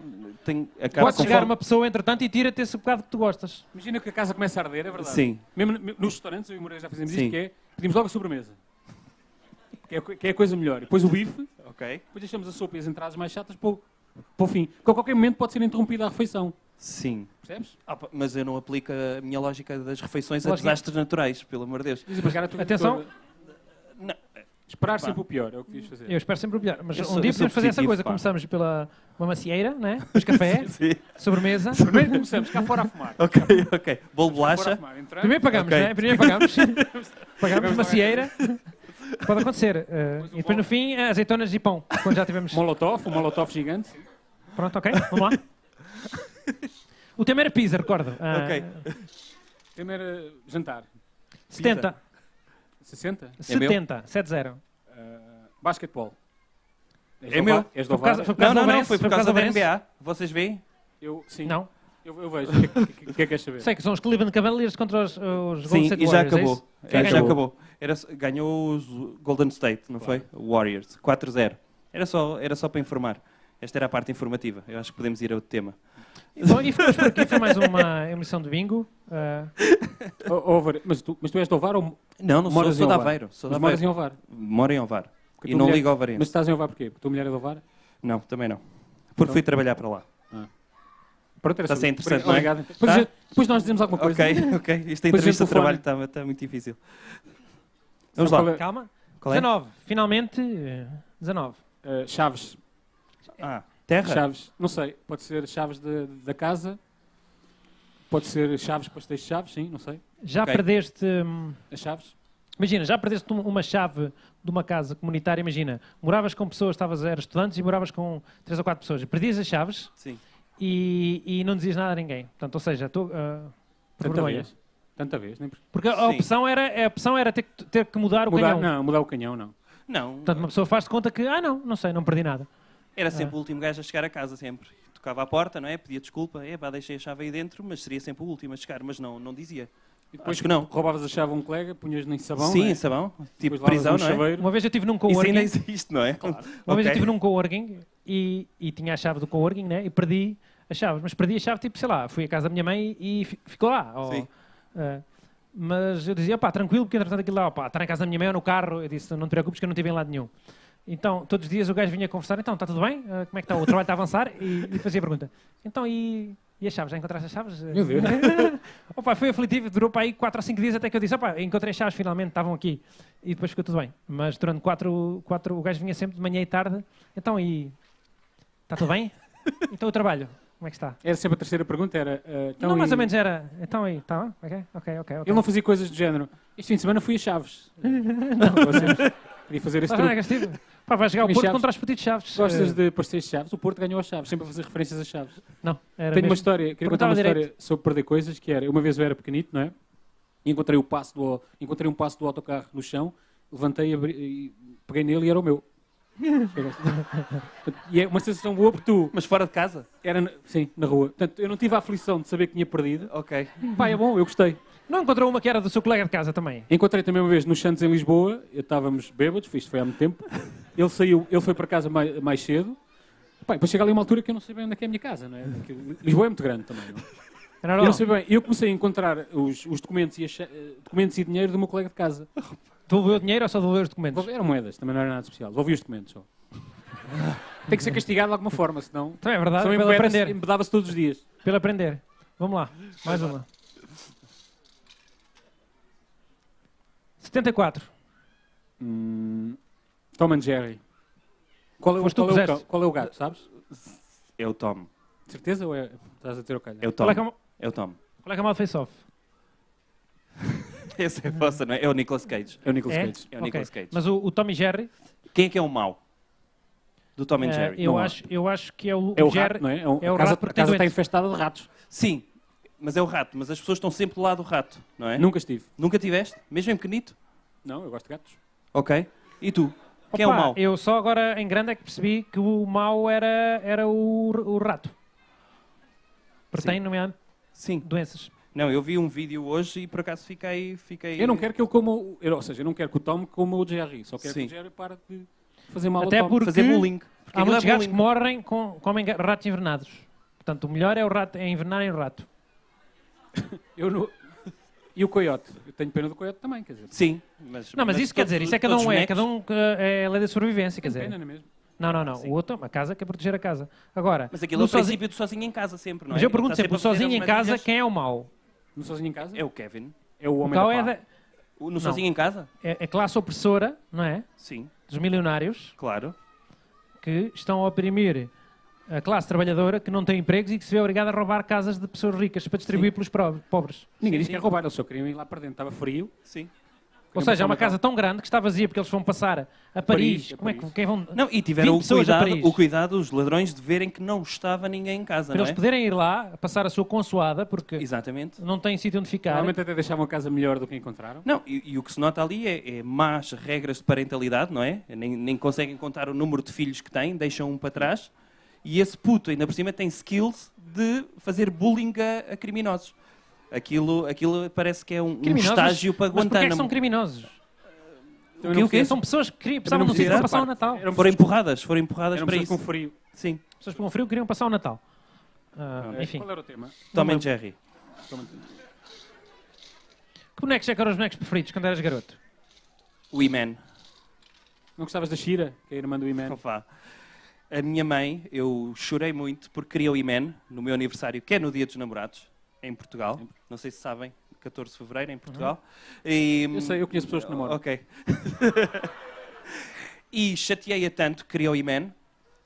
C: tenho, acaba
A: Pode chegar
C: conforme-
A: uma pessoa, entretanto, e tira-te esse bocado que tu gostas.
B: Imagina que a casa começa a arder, é verdade.
C: Sim.
B: Mesmo no- nos restaurantes, eu e o Moreira já fazemos
C: Sim.
B: isto, que é pedimos logo a sobremesa. Que é, a co- que é a coisa melhor. E Depois o bife,
C: Ok.
B: depois deixamos a sopa e as entradas mais chatas para o, para o fim. Porque a qualquer momento pode ser interrompida a refeição.
C: Sim.
B: Percebes?
C: Ah, pá, mas eu não aplico a minha lógica das refeições a
A: Lógica-
C: desastres naturais, pelo amor de Deus.
B: Diz a pagar a tua
A: Atenção.
B: editora.
C: Não.
B: Esperar
C: Pá.
B: sempre o pior, é o que devias fazer.
A: Eu espero sempre o melhor. Mas
C: Eu
A: um
C: sou- eu
A: dia
C: sou
A: podemos fazer essa
C: positivo,
A: coisa.
C: pá.
A: Começamos pela uma macieira, né? Os café,
C: Sim.
A: sobremesa.
B: Primeiro começamos cá fora a fumar. Cá
C: Ok, ok. Bolo de
B: fora a
C: bolacha.
B: fumar. Entramos.
A: Primeiro pagamos,
C: Ok.
A: né? Primeiro pagamos. pagamos
B: Pagamos
A: macieira. Pode acontecer. eh,
B: Depois o
A: e depois no fim, eh, azeitonas e pão. Quando já tivemos.
B: Molotov, um molotov gigante.
A: Pronto, ok? Vamos lá. O tema era pizza, recordo. Ah,
C: Ok.
B: Primeiro eh, jantar.
A: 70.
C: É
B: 60?
A: 70. 7-0.
B: Ah, basquetebol. És
C: É
B: do
C: meu.
B: Ovar- És do
A: Foi por causa-
B: Ovar?
A: foi por causa do
C: Não, não, não.
A: Ovarense?
C: Foi por causa
A: do
C: da
A: Ovarense?
C: NBA. Vocês veem?
B: Eu, sim.
A: Não.
B: Eu, eu vejo. O que, é que- o que é que queres saber?
A: Sei que são os Cleveland Cavaliers contra os, os Golden
C: Sim,
A: State
C: e já
A: Warriors, é
C: acabou.
A: isso?
C: É,
A: Quem
C: já
A: ganhou?
C: acabou. Era, só- ganhou os Golden State, não
B: Claro.
C: foi? Warriors, 4-0. Era só, era só para informar. Esta era a parte informativa. Eu acho que podemos ir a outro tema.
A: Bom, e ficamos por aqui. Foi mais uma emissão de bingo. Ah,
B: O- Ovar- mas, tu, mas tu és do Ovar ou
C: Não, não sou,
B: Moras
C: sou
B: em
C: de
B: Ovar.
C: Aveiro. Sou de
B: mas moras em
C: Aveiro.
B: Ovar?
C: Moro em Ovar.
B: Porque a
C: E
B: tua
C: não
B: mulher-
C: ligo ao Avarense.
B: Mas estás em Ovar porquê? Porque a tua mulher é do Ovar?
C: Não, também não. Porque fui trabalhar para lá.
B: Pronto, era
C: Está a
B: sobre-
C: ser interessante, não é?
B: Obrigado. Depois,
C: Tá?
B: eu- depois nós dizemos alguma coisa.
C: Ok, ok. Esta
B: Depois
C: entrevista
B: vem
C: de
B: telefone.
C: trabalho está, está muito difícil.
B: Sabe
C: Vamos lá.
B: qual é?
A: calma.
C: Qual é?
A: 19. Finalmente, eh, 19.
B: Ah, chaves.
C: Ah, terra?
B: Chaves. Não sei. Pode ser chaves da- da casa. Pode ser chaves, pastéis de chaves, sim, não sei.
A: Já
C: Ok.
A: perdeste... hum,
B: As chaves.
A: Imagina, já perdeste um- uma chave de uma casa comunitária. Imagina, moravas com pessoas, estavas, eras estudantes e moravas com três ou quatro pessoas. Perdias as chaves
C: Sim.
A: e, e não dizias nada a ninguém. Portanto, ou seja, tu, ah, por
B: Tanta
A: vergonha.
B: vez. Tanta vez. Nem... por-
A: Porque a
C: Sim.
A: opção era, a opção era ter, que- ter que mudar o
B: Mudar,
A: canhão.
B: não, mudar o canhão, não.
C: Não,
A: Portanto, uma pessoa faz-se conta que, ah não, não sei, não perdi nada.
C: era sempre o último gajo a chegar a casa, sempre. Tocava à porta, não é? Pedia desculpa. É, pá, deixei a chave aí dentro, mas seria sempre o último a chegar. Mas não, não dizia.
B: E depois
C: Acho que não.
B: roubavas a chave a um colega, punhas em sabão.
C: Sim,
B: né?
C: sabão. Tipo
B: Depois lavas
C: prisão,
B: no
C: não é?
B: chaveiro.
A: Uma vez eu estive num
C: Isso ainda
A: coworking,
C: existe, não é?
A: uma vez eu
C: Ok.
A: estive num coworking e, e tinha a chave do coworking, né? E perdi as chaves. Mas perdi a chave, tipo, sei lá, fui à casa da minha mãe e fi- ficou lá. ou,
C: Sim.
A: ah, mas eu dizia, pá, tranquilo, porque entretanto aquilo lá, pá, está na casa da minha mãe ou no carro. Eu disse, não te preocupes que eu não estive em lado nenhum. Então, todos os dias o gajo vinha conversar, então, está tudo bem? Ah, como é que está? O trabalho está a avançar? E, e fazia a pergunta. Então, e, e as chaves? Já encontraste as chaves?
B: Meu Deus.
A: Opa, foi aflitivo, durou para aí 4 ou 5 dias até que eu disse, opa, encontrei as chaves, finalmente estavam aqui. E depois ficou tudo bem. Mas durante 4, 4 o gajo vinha sempre de manhã e tarde. Então, e... Está tudo bem? Então o trabalho, como é que está?
B: Era sempre a terceira pergunta, era... ah, então
A: não,
B: e-
A: mais ou menos era, então aí, está bem? Ok, ok, ok. ok.
B: Ele não fazia coisas do género. Este fim de semana fui a Chaves. não. Vocês, queria fazer esse
A: Pá, não é
B: truque.
A: castigo? Pá, vai jogar o
B: Comi
A: Porto
B: chaves.
A: contra os Petitos Chaves.
B: Gostas
A: Eh,
B: de pastéis de Chaves? O Porto ganhou a Chaves, sempre a fazer referências a Chaves.
A: Não, era
B: Tenho uma
A: mesmo.
B: história, queria contar
A: Perguntava
B: uma
A: direito.
B: história sobre perder coisas, que era, uma vez eu era pequenito, não é? E encontrei, o passo do, encontrei um passo do autocarro no chão, levantei abri, e peguei nele e era o meu. e é uma sensação boa porque tu,
C: Mas fora de casa?
B: era, na- sim, na rua. Portanto, eu não tive a aflição de saber que tinha perdido.
C: Ok.
B: Pá, é bom, eu gostei.
A: Não encontrou uma que era do seu colega de casa também?
B: Encontrei também uma vez no Santos em Lisboa, eu estávamos bêbados, isto foi há muito tempo. Ele saiu, ele foi para casa mais, mais cedo. Pá, e depois chega ali uma altura que eu não sei bem onde é que é a minha casa, não é? Aquilo- Lisboa é muito grande também, não é?
A: Era
B: Eu
A: não.
B: não sei bem, eu comecei a encontrar os, os documentos, e as cha- eh, documentos e dinheiro do meu colega de casa.
A: Devolveu o dinheiro ou só devolveu os documentos?
B: Eram moedas, também não era nada especial. Ouvi os documentos só. Tem que ser castigado de alguma forma, senão.
A: Também é verdade,
B: Só
A: pelo aprender.
B: embedava-se todos os dias.
A: Pelo aprender. Vamos lá, mais uma. 74.
B: Hum, Tom and Jerry. Qual é, o,
A: Foste tu
B: qual, é o,
A: que
B: cão-
A: puseste.
B: qual é o gato, sabes?
C: É o Tom.
B: De certeza ou é. Estás a ter o calho?
C: É o Tom.
A: Qual é que é o mo-
C: É o Tom.
A: qual é que é o mal face-off?
C: Essa é a vossa, não é? É o Nicolas Cage.
B: É o Nicolas
A: É?
B: Cage.
C: É o
A: Ok.
C: Nicolas Cage.
A: Mas o, o Tommy Jerry,
C: Quem é que é o mau? Do Tom and
A: eh,
C: Jerry.
A: eu,
B: não há.
A: acho, eu acho que é o,
B: É o
A: Jerry.
B: rato, não é? um-
A: é o
B: a casa,
A: rato porque
B: a casa
A: tem
B: está
A: doença.
B: infestada de ratos.
C: Sim, mas é o rato. Mas as pessoas estão sempre do lado do rato, não é?
B: Nunca estive.
C: Nunca tiveste? Mesmo em pequenito?
B: Não, eu gosto de gatos.
C: Ok. E tu? Quem é o
A: Opa,
C: mau?
A: Eu só agora em grande é que percebi que o mau era, era o, r- o rato. Porque
C: Sim.
A: tem, nomeadamente,
C: Sim.
A: doenças.
C: Não, eu vi um vídeo hoje e por acaso fiquei... fiquei...
B: Eu não quero que ele coma. o- eu- ou seja, eu não quero que o Tom coma o Jerry. Só quero
C: Sim.
B: que o Jerry pare de fazer mal
A: Até
B: ao Tom.
A: porque
C: Fazer bullying. Porque
A: Há
C: aquilo é
A: muitos gatos que
C: bullying.
A: morrem com, comem ga- ratos envenenados. Portanto, o melhor é, o rato, é envenenar em rato.
B: Eu não- E o coiote? Eu tenho pena do coiote também, quer dizer.
C: Sim. Mas,
A: Não, mas, isso quer
C: todos-
A: dizer, isso é cada
C: todos
A: um é,
C: bonecos-
A: cada um que é a lei da sobrevivência, quer dizer.
B: Pena, não é mesmo?
A: Não, não, não.
C: Sim.
A: O outro é uma casa que é proteger a casa. Agora,
C: Mas aquilo é
A: no
C: o princípio do sozinho em casa sempre,
A: um
C: não é?
A: mas eu pergunto
C: Está
A: sempre, o
C: a fazer
A: sozinho em
C: as
A: casa,
C: maravilhas.
A: quem é o mau?
B: No sozinho em casa?
C: É o Kevin.
B: É o
A: O
B: homem da
A: mau é,
B: pá.
A: da-
C: O- No sozinho em casa?
A: é a classe opressora, não é?
C: Sim,
A: Dos milionários
C: claro.
A: que estão a oprimir a classe trabalhadora que não tem empregos e que se vê obrigada a roubar casas de pessoas ricas para distribuir pelos pro- pobres.
B: Ninguém
C: Sim,
B: disse que
C: sim.
B: ia roubar, eles só queriam ir lá para dentro. Estava frio.
C: Sim.
A: Ou seja,
B: Queriam
A: é
B: passar
A: uma
B: Natal.
A: casa tão grande que está vazia porque eles vão passar a Paris.
B: Paris, a
A: Como é que
B: Paris.
A: quem vão...
C: Não, e tiveram
A: 20
C: o
A: pessoas a
C: cuidado,
A: Paris.
C: o cuidado, os ladrões, de verem que não estava ninguém em casa,
A: para
C: não
A: eles
C: é?
A: poderem ir lá passar a sua consoada porque
C: Exatamente.
A: não têm sítio onde ficar.
B: Normalmente até deixavam a casa melhor do que encontraram.
C: Não, e, e o que se nota ali é, é más regras de parentalidade, não é? Nem, nem conseguem contar o número de filhos que têm, deixam um para trás. E esse puto, ainda por cima, tem skills de fazer bullying a, a criminosos. Aquilo, aquilo parece que é um, um
A: Criminosos?
C: estágio para
A: Mas porquê é
C: Guantánamo.
A: que são criminosos?
B: Também
C: Que
B: não
C: o quê?
B: precisava-
A: São pessoas que queriam- precisavam de um
B: não
A: sítio
C: precisa
A: para
B: essa
A: passar o
B: parte.
A: Natal.
B: Eram
C: Foram
B: pessoas-
C: empurradas, foram empurradas
B: eram
C: para
B: pessoas
C: isso.
B: com frio.
C: Sim,
A: Pessoas com frio queriam passar o Natal. Ah,
B: Ah,
A: enfim.
B: Qual era o tema?
C: Tom and Jerry.
A: Que bonecos é que eram os bonecos preferidos quando eras garoto?
C: We Man.
B: Não gostavas da Shira, que é a irmã do Iman?
C: Fofá. A minha mãe, eu chorei muito porque queria o Iman no meu aniversário, que é no Dia dos Namorados, em Portugal. Não sei se sabem, 14 de Fevereiro, em Portugal. E,
B: Eu sei, eu conheço pessoas que namoram.
C: Ok. e chateei-a tanto que queria o Iman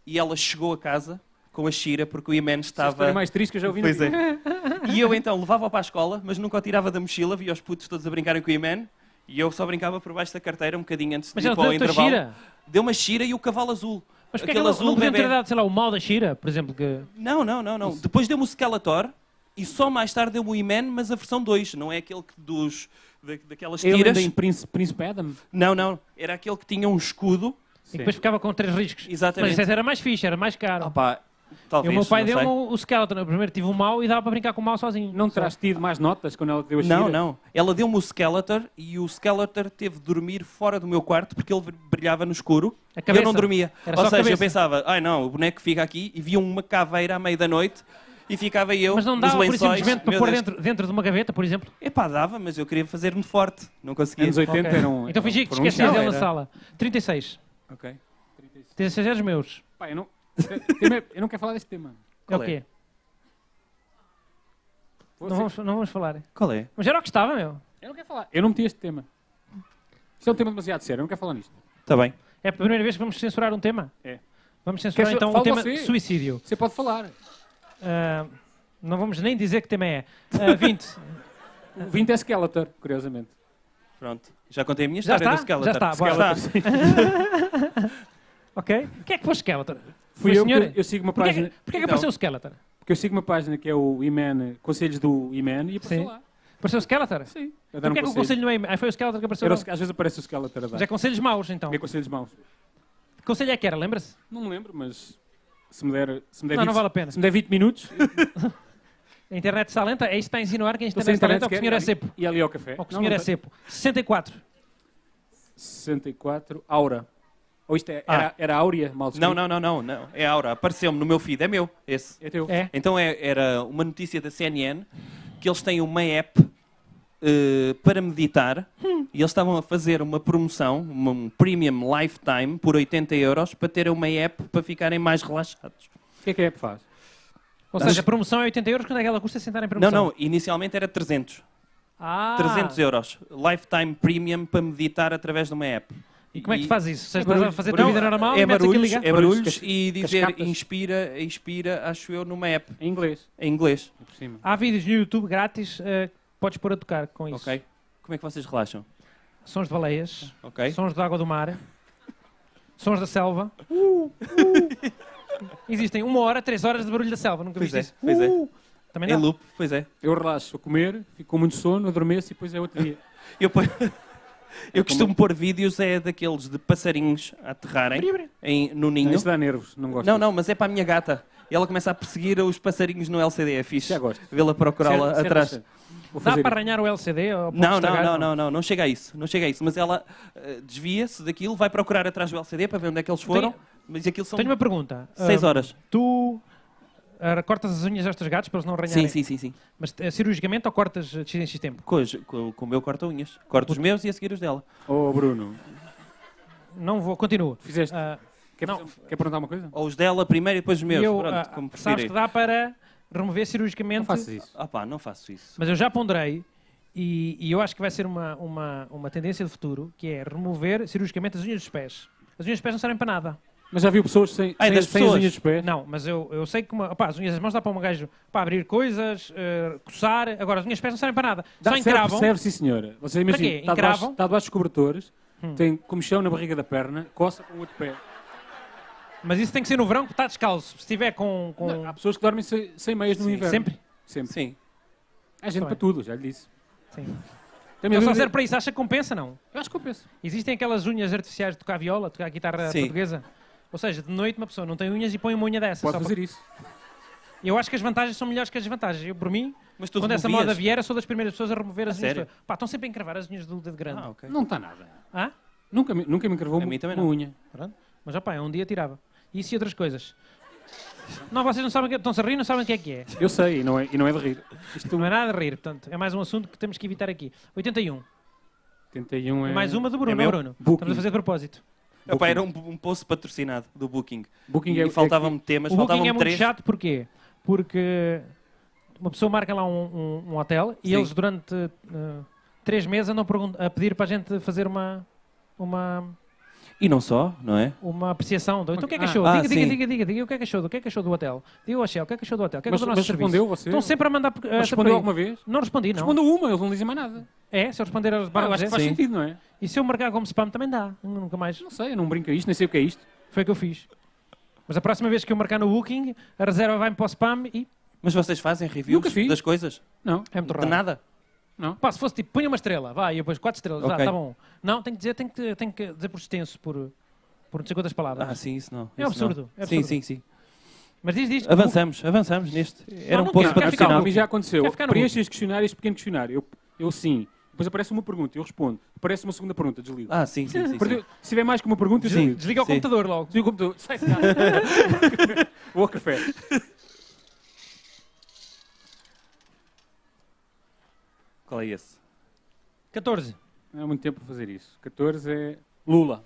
C: e ela chegou a casa com a Shira porque o Iman
B: Essa história
C: estava.
B: é mais triste que eu já ouvi na
C: Pois
B: vida.
C: é. E eu então levava-o para a escola, mas nunca o tirava da mochila, via os putos todos a brincarem com o Iman e eu só brincava por baixo da carteira um bocadinho antes de
A: Mas
C: ir
A: ela
C: para o
A: deu-te a
C: intervalo.
A: Shira.
C: Deu uma Shira e o cavalo azul.
A: Mas porquê é que
C: Aquele
A: não,
C: azul
A: não podiam ter
C: bebê.
A: dado, sei lá, o mal da Shira, por exemplo? Que...
C: Não, não, não, não. Depois deu-me o Skeletor e só mais tarde deu-me o Iman, mas a versão 2, não é aquele que dos da- daquelas
B: Ele
C: tiras.
B: ainda em Príncipe, Príncipe Adam.
C: Não, não. Era aquele que tinha um escudo.
A: E depois ficava com três riscos.
C: Exatamente.
A: Mas esse era mais fixe, era mais caro.
C: Ah, pá,
A: e o
C: talvez,
A: meu pai
C: não sei.
A: deu-me o o Skeleton. Eu primeiro tive o mal e dava para brincar com o mal sozinho.
B: Não
A: Só.
B: terás tido mais notas quando ela te deu a Shira?
C: Não, não. Ela deu-me o Skeletor e o Skeletor teve de dormir fora do meu quarto porque ele brilhava no escuro.
A: A
C: E eu
A: cabeça.
C: não dormia.
A: Era
C: Ou
A: só a
C: seja, eu
A: cabeça.
C: pensava, ai não, o boneco fica aqui e via uma caveira à meia da noite e ficava eu
A: Mas não
C: nos
A: dava, por
C: lençóis.
A: isso, simplesmente, para
C: Meu
A: pôr
C: Deus.
A: dentro, dentro de uma gaveta, por exemplo?
C: Epá, dava, mas eu queria fazer-me forte. Não conseguia.
B: Anos 80
A: Ok.
B: eram...
A: Então fingi que
B: foram uns
A: esquecias
B: caras.
A: dele na sala. 36.
B: Ok.
A: 36 eram os meus.
B: Pá, eu não... Primeiro, eu não quero falar deste tema.
A: É
C: Qual
A: o
C: é?
A: quê?
B: Vou
A: Não
B: ser-
A: vamos, não vamos falar.
C: Qual é?
A: Mas era o que estava, meu.
B: Eu não quero falar. Eu não meti este tema. Isto é um tema demasiado sério, eu não quero falar nisto.
C: Está bem.
A: É a primeira vez que vamos censurar um tema?
B: É.
A: Vamos censurar
B: Queres-
A: então o
B: fala
A: tema
B: você.
A: suicídio.
B: Você pode falar.
A: Ah, não vamos nem dizer que tema é. Ah, 20.
B: O 20 é Skeletor, curiosamente.
C: Pronto. Já contei a minha
A: Já
C: história
A: está?
C: do Skeletor.
A: Já está, bora.
C: Skeletor.
A: ok? Quem é que pôs Skeletor?
B: Fui
A: Foi
B: eu
A: o senhor?
B: que eu sigo uma
A: Porquê, que-
B: página...
A: porquê que
C: Então.
A: apareceu o Skeletor?
B: Porque eu sigo uma página que é o Iman, Conselhos do Iman, e apareceu
A: Sim.
B: lá.
A: Apareceu o Skeletor?
B: Sim. A dar um
A: Porquê que o
B: conselho.
A: conselho não é... Ah, foi o Skeletor que apareceu?
B: Era o-
A: não?
B: às vezes aparece o Skeletor a dar.
A: Mas é conselhos maus, então.
B: Vê conselhos maus.
A: Que conselho é que era, lembra-se?
B: Não me lembro, mas se me der, se me der,
A: Não,
B: 20,
A: não vale a pena. Então,
B: se me der 20 minutos,
A: A internet está lenta? É isto que está a insinuar que a
B: estou sem
A: internet está lenta
B: internet
A: ou que o senhor é sepo?
B: E ali ao café.
A: Ou que o
B: Não,
A: senhor
B: não
A: é
B: tá.
A: sepo. 64.
B: 64, Aura. Ou isto é,
A: Ah.
B: era, era Áurea, mal
C: Não,
B: escrito.
C: não, não, não, não. É Aura. Apareceu-me no meu feed. É meu, esse.
B: É teu.
A: É?
C: Então é- era uma notícia da CNN que eles têm uma app eh, para meditar
A: Hum.
C: e eles estavam a fazer uma promoção, uma- um premium lifetime por 80 euros para terem uma app para ficarem mais relaxados.
B: O que é que a app faz?
A: Ou
C: Mas-
A: seja, a promoção é 80 euros, quando é que ela custa sentar em
C: Não,
A: promoção?
C: não, inicialmente era 300.
A: Ah,
C: 300 euros. Lifetime premium para meditar através de uma app.
A: E como é que
C: E-
A: tu fazes isso? Ou seja, estás
B: barulho.
A: a fazer a tua
C: Não,
A: vida normal
C: é
A: e metes aquilo
C: barulhos,
A: ligado?
C: é barulhos
B: Barulhos,
C: e
B: cas-
C: dizer
B: cascatas.
C: inspira, inspira, acho eu, numa app
B: Em inglês.
C: em inglês.
B: Por cima.
A: Há vídeos no YouTube grátis eh, que podes pôr a tocar com isso.
C: Ok? Como é que vocês relaxam?
A: Sons de baleias,
C: Ok?
A: sons de água do mar, sons da selva.
C: Uh,
A: Existem uma hora, três horas de barulho da selva, nunca
C: Pois
A: viste
C: é,
A: isso.
C: pois é.
A: Também
C: Em
A: não.
C: loop, pois é.
B: Eu relaxo a comer, fico com muito sono, adormeço e depois é outro dia.
C: Eu, ponho-
A: É
C: eu costumo pôr vídeos é daqueles de passarinhos a aterrarem em, no
B: Não,
C: ninho.
B: isso dá nervos, não gosto.
C: Não, não, mas é para a minha gata. E ela começa a perseguir os passarinhos no LCD, é fixe.
B: Já gosto.
C: Vê-la
A: é
B: Certo,
C: procurá-la
B: certo,
C: atrás.
B: certo. Vou
A: Dá
B: fazer
A: para arranhar o LCD? Ou pode
C: Não, não,
A: estragar?
C: não, não, não, não chega a isso, não chega a isso. Mas ela eh, desvia-se daquilo, vai procurar atrás do LCD para ver onde é que eles foram. Mas aquilo são
A: Tenho uma pergunta.
C: seis
A: Ah,
C: horas.
A: Tu ah, cortas as unhas aos teus gatos para eles não arranharem?
C: Sim, sim, sim, sim.
A: Mas eh, cirurgicamente ou cortas eh, de X em X tempo?
C: Com, os- com- com o meu corta-unhas. Corto os meus e a seguir os dela.
B: isso. Oh, Bruno,
A: Não vou, continuo.
B: fizeste.
A: Ah,
B: Quer,
A: Não.
B: fazer- quer perguntar uma coisa?
C: Ou os dela primeiro e depois os meus.
A: eu,
C: Pronto,
A: ah,
C: como
A: sabes que
C: preferirem.
A: dá para remover
B: Não
A: cirurgicamente.
B: faças isso.
C: Ah pá, não faço isso.
A: Mas eu já ponderei e, e eu acho que vai ser uma, uma, uma tendência de futuro que é remover cirurgicamente as unhas dos pés. As unhas dos pés não servem para nada.
B: Mas já viu pessoas sem,
C: Ai,
B: sem,
C: das
B: sem as
C: pessoas.
B: unhas dos pés?
A: Não, mas eu, eu sei que uma, opá, as unhas das mãos dá para um gajo para abrir coisas, eh, coçar. Agora, as unhas dos pés não servem para nada.
B: Dá-
A: Só
B: serve-
A: encravam.
B: Serve, sim, senhora. Vocês
A: quê?
B: imaginam, está debaixo,
A: Encravam?
B: está debaixo dos cobertores, tem comichão na barriga da perna, coça com o outro pé.
A: Mas isso tem que ser no verão, porque está descalço. Se estiver com. com...
B: Não, há pessoas que dormem sem, sem meias no
C: Sim,
B: inverno.
A: sempre?
B: Sempre.
C: Sim.
B: Há gente
A: Tá bem.
B: para tudo, já lhe disse.
A: Sim.
B: Tem
A: Então
B: mesmo-
A: só serve para isso. Acha que compensa, não?
B: Eu acho que eu penso.
A: Existem aquelas unhas artificiais de tocar viola, de tocar guitarra
C: Sim.
A: portuguesa. Ou seja, de noite uma pessoa não tem unhas e põe uma unha dessa.
B: Pode
A: só
B: fazer isso.
A: para- Eu acho que as vantagens são melhores que as desvantagens. Eu, por mim,
C: Mas tu
A: quando essa
C: removias?
A: moda vier, eu sou das primeiras pessoas a remover as unhas.
C: sério?
A: Pá, estão sempre a encravar as unhas do dedo grande.
C: Ah, ok.
B: Não está nada.
A: Ah?
B: Nunca me, nunca me encravou
C: A
B: uma,
C: mim também
B: uma
C: não.
B: unha.
A: Pronto. Mas, ó pá, eu um dia tirava. Isso e outras coisas. Não, vocês não sabem o que é. Estão-se a rir, não sabem o que é que é.
B: Eu sei, e não é, e não é de rir. Isto
A: Não é nada a rir, portanto, é mais um assunto que temos que evitar aqui. 81.
B: 81 é...
A: Mais uma do Bruno,
B: é
A: não é,
B: meu?
A: Bruno? Estamos a
B: Booking.
A: fazer de propósito.
C: Ah, pá, era um, um post patrocinado do Booking.
B: Booking
C: e
B: é,
C: faltavam-me temas,
A: o booking
C: faltavam-me
A: é muito
C: três.
A: chato, porquê? Porque uma pessoa marca lá um, um- um hotel e
C: Sim.
A: eles durante eh, três meses andam pergun- a pedir para a gente fazer uma, uma,
C: E não só, não é?
A: uma apreciação. do- Então o que é que
B: Ah,
A: achou?
C: ah,
A: diga, diga,
C: sim.
A: diga, diga, diga, o que é que achou? do- O que é que achou do hotel? Diga, Axel, o que é que achou do hotel? O que é que
B: Mas,
A: achou do
B: mas
A: nosso serviço?
B: respondeu você?
A: Estão sempre a mandar... por- essa por
B: Mas
A: aí.
B: respondeu alguma vez?
A: Não respondi, não.
B: Respondeu uma, eles não dizem mais nada.
A: É, se eu responder, eles
B: Ah,
A: param
B: eu
A: a
B: acho que
A: dizer.
B: faz sentido, não é?
A: E se eu marcar como spam também dá. Nunca mais.
B: Não sei, eu não brinco a isto, nem sei o que é isto.
A: Foi o que eu fiz. Mas a próxima vez que eu marcar no Booking, a reserva vai-me para o spam e...
C: Mas vocês fazem reviews
B: Nunca fiz.
C: das coisas?
B: Não.
A: É muito
C: De
A: raro.
C: nada?
A: Pá, se fosse tipo, punha uma estrela, vai, e depois quatro estrelas, vá,
C: Ok.
A: tá bom. Não, tem que dizer, tem que, tem que dizer por extenso, por, por não sei quantas palavras.
C: Ah, sim, isso não.
A: É
C: isso
A: absurdo,
C: não.
A: é
C: sim,
A: absurdo.
C: sim, sim.
A: Mas diz, diz.
C: Avançamos, avançamos neste. Era
A: não
C: um post
A: quero, quero ficar no
B: Afinal, a mim
C: patrocinado.
A: Booking.
B: já aconteceu.
A: Quer ficar no
B: Preenche este questionário, este pequeno questionário. Eu, eu sim. Depois aparece uma pergunta, eu respondo. Aparece uma segunda pergunta, desligo.
C: Ah, sim, sim, sim.
B: Perdeu-
C: sim.
B: Se tiver mais que uma pergunta, eu desligo.
A: Desliga o
C: Sim.
A: computador logo.
B: Desligo o computador. Sai de cá. Vou ao café.
C: Qual é esse?
A: 14.
B: Não há muito tempo para fazer isso. 14 é Lula.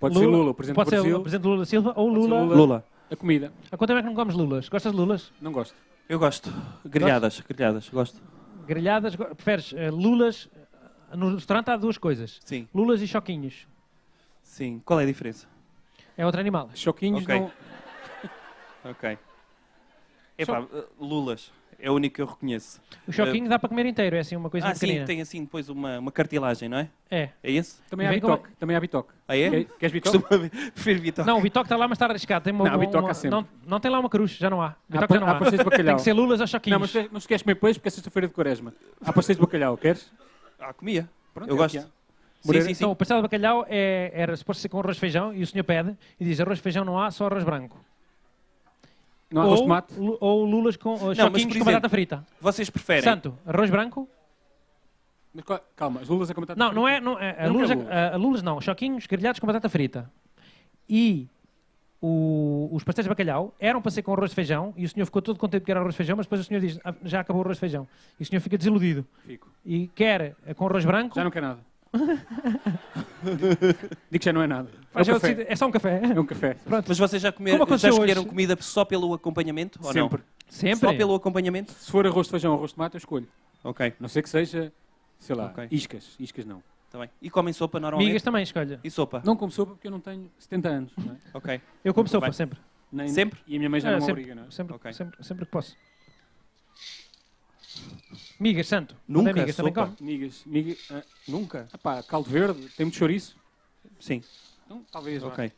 B: Pode ser Lula, o presidente
A: Pode
B: do Brasil.
A: ser o presidente Lula Silva ou
B: ser
A: Lula.
B: Lula.
C: Lula.
B: A comida.
A: Há quanto tempo é que não comes Lulas? Gostas de Lulas?
B: Não gosto.
C: Eu gosto. Grelhadas, grelhadas, gosto.
A: Grelhadas, go- preferes eh, Lulas? eh, No restaurante há duas coisas:
C: Sim,
A: Lulas e Choquinhos.
C: sim. Qual é a diferença?
A: É outro animal.
B: Choquinhos
C: Ok.
B: não...
C: Ok. Epá, Lulas. É o único que eu reconheço.
A: O Choquinho dá para comer inteiro, é assim uma coisa
C: Eh, Ah, sim,
A: pequenina.
C: tem assim depois uma, uma cartilagem, não é?
A: É.
C: É esse?
B: Também há
A: Vem com-
B: bitoque. Também há bitoque.
C: Ah, é?
B: Quer- Queres bitoque?
C: Costuma ver. Prefiro Vitor.
A: Não, o Bitoque está lá, mas está arriscado. Tem uma,
B: Não, o
A: uma-
B: Bitoque há
A: uma-
B: sempre.
A: não, não tem lá uma cruz, já não há.
B: Há,
A: Bitoque já
B: pa-
A: não
B: há
A: há.
B: pastéis de
A: Tem
B: bacalhau.
A: que ser Lulas ou Choquinhos.
B: Não, mas, se- mas se queres comer peixe, porque é sexta-feira de quaresma. Há pastéis de bacalhau, queres?
C: Ah, comia.
B: Pronto, é
C: eu
B: o que
C: gosto.
B: há.
C: Sim,
B: Moreira-
C: sim, sim.
A: Então, o pastel de bacalhau é, era suposto ser com arroz e feijão e o senhor pede e diz arroz e feijão não há, só arroz branco.
B: Não há arroz de
A: ou,
B: tomate?
A: lu- ou lulas com ou
C: mas,
A: choquinhos
C: por
A: com batata frita.
C: Vocês preferem?
A: Santo, arroz branco?
B: Mas qual- Calma, as lulas é como
A: Não, não é. Não, é a,
B: Não
A: lulas,
B: quero lulas.
A: a- a lulas não, choquinhos grelhados com batata frita. E o- os pastéis de bacalhau eram para ser com arroz de feijão e o senhor ficou todo contente que era arroz de feijão, mas depois o senhor diz "Ah, já acabou o arroz de feijão. E o senhor fica desiludido
B: Fico.
A: e quer eh, com arroz branco.
B: Já não quer nada. Digo que já não é nada. É um
A: mas eu
B: café.
A: decido- é só um café.
B: É um café.
C: Mas vocês já, comeram,
A: Como
C: já
A: aconteceu
C: escolheram
A: hoje?
C: comida só pelo acompanhamento? Ou não?
B: Sempre.
A: Sempre.
C: Só pelo acompanhamento?
B: Se for arroz de feijão ou arroz de tomate, eu escolho.
C: Ok,
B: A não ser que seja, sei lá,
C: Ok.
B: iscas. Iscas não.
C: está tá bem. E comem sopa normalmente?
A: Migas também escolha.
C: E sopa?
B: Não como sopa porque eu não tenho 70 anos. Não é?
C: Ok.
A: Eu como sopa
C: bem.
A: sempre.
B: Nem-
C: Sempre?
B: E a minha mãe já
A: É,
B: não me
A: sempre,
B: obriga, não é?
A: sempre,
C: Ok.
A: sempre, sempre que posso. Migas, santo.
C: Nunca
A: Não é migas, também come.
C: sopa.
B: Migas. migas ah,
C: Nunca?
B: ah pá, caldo verde, tem muito chouriço.
C: Sim,
B: Então, talvez. vá.
C: ok.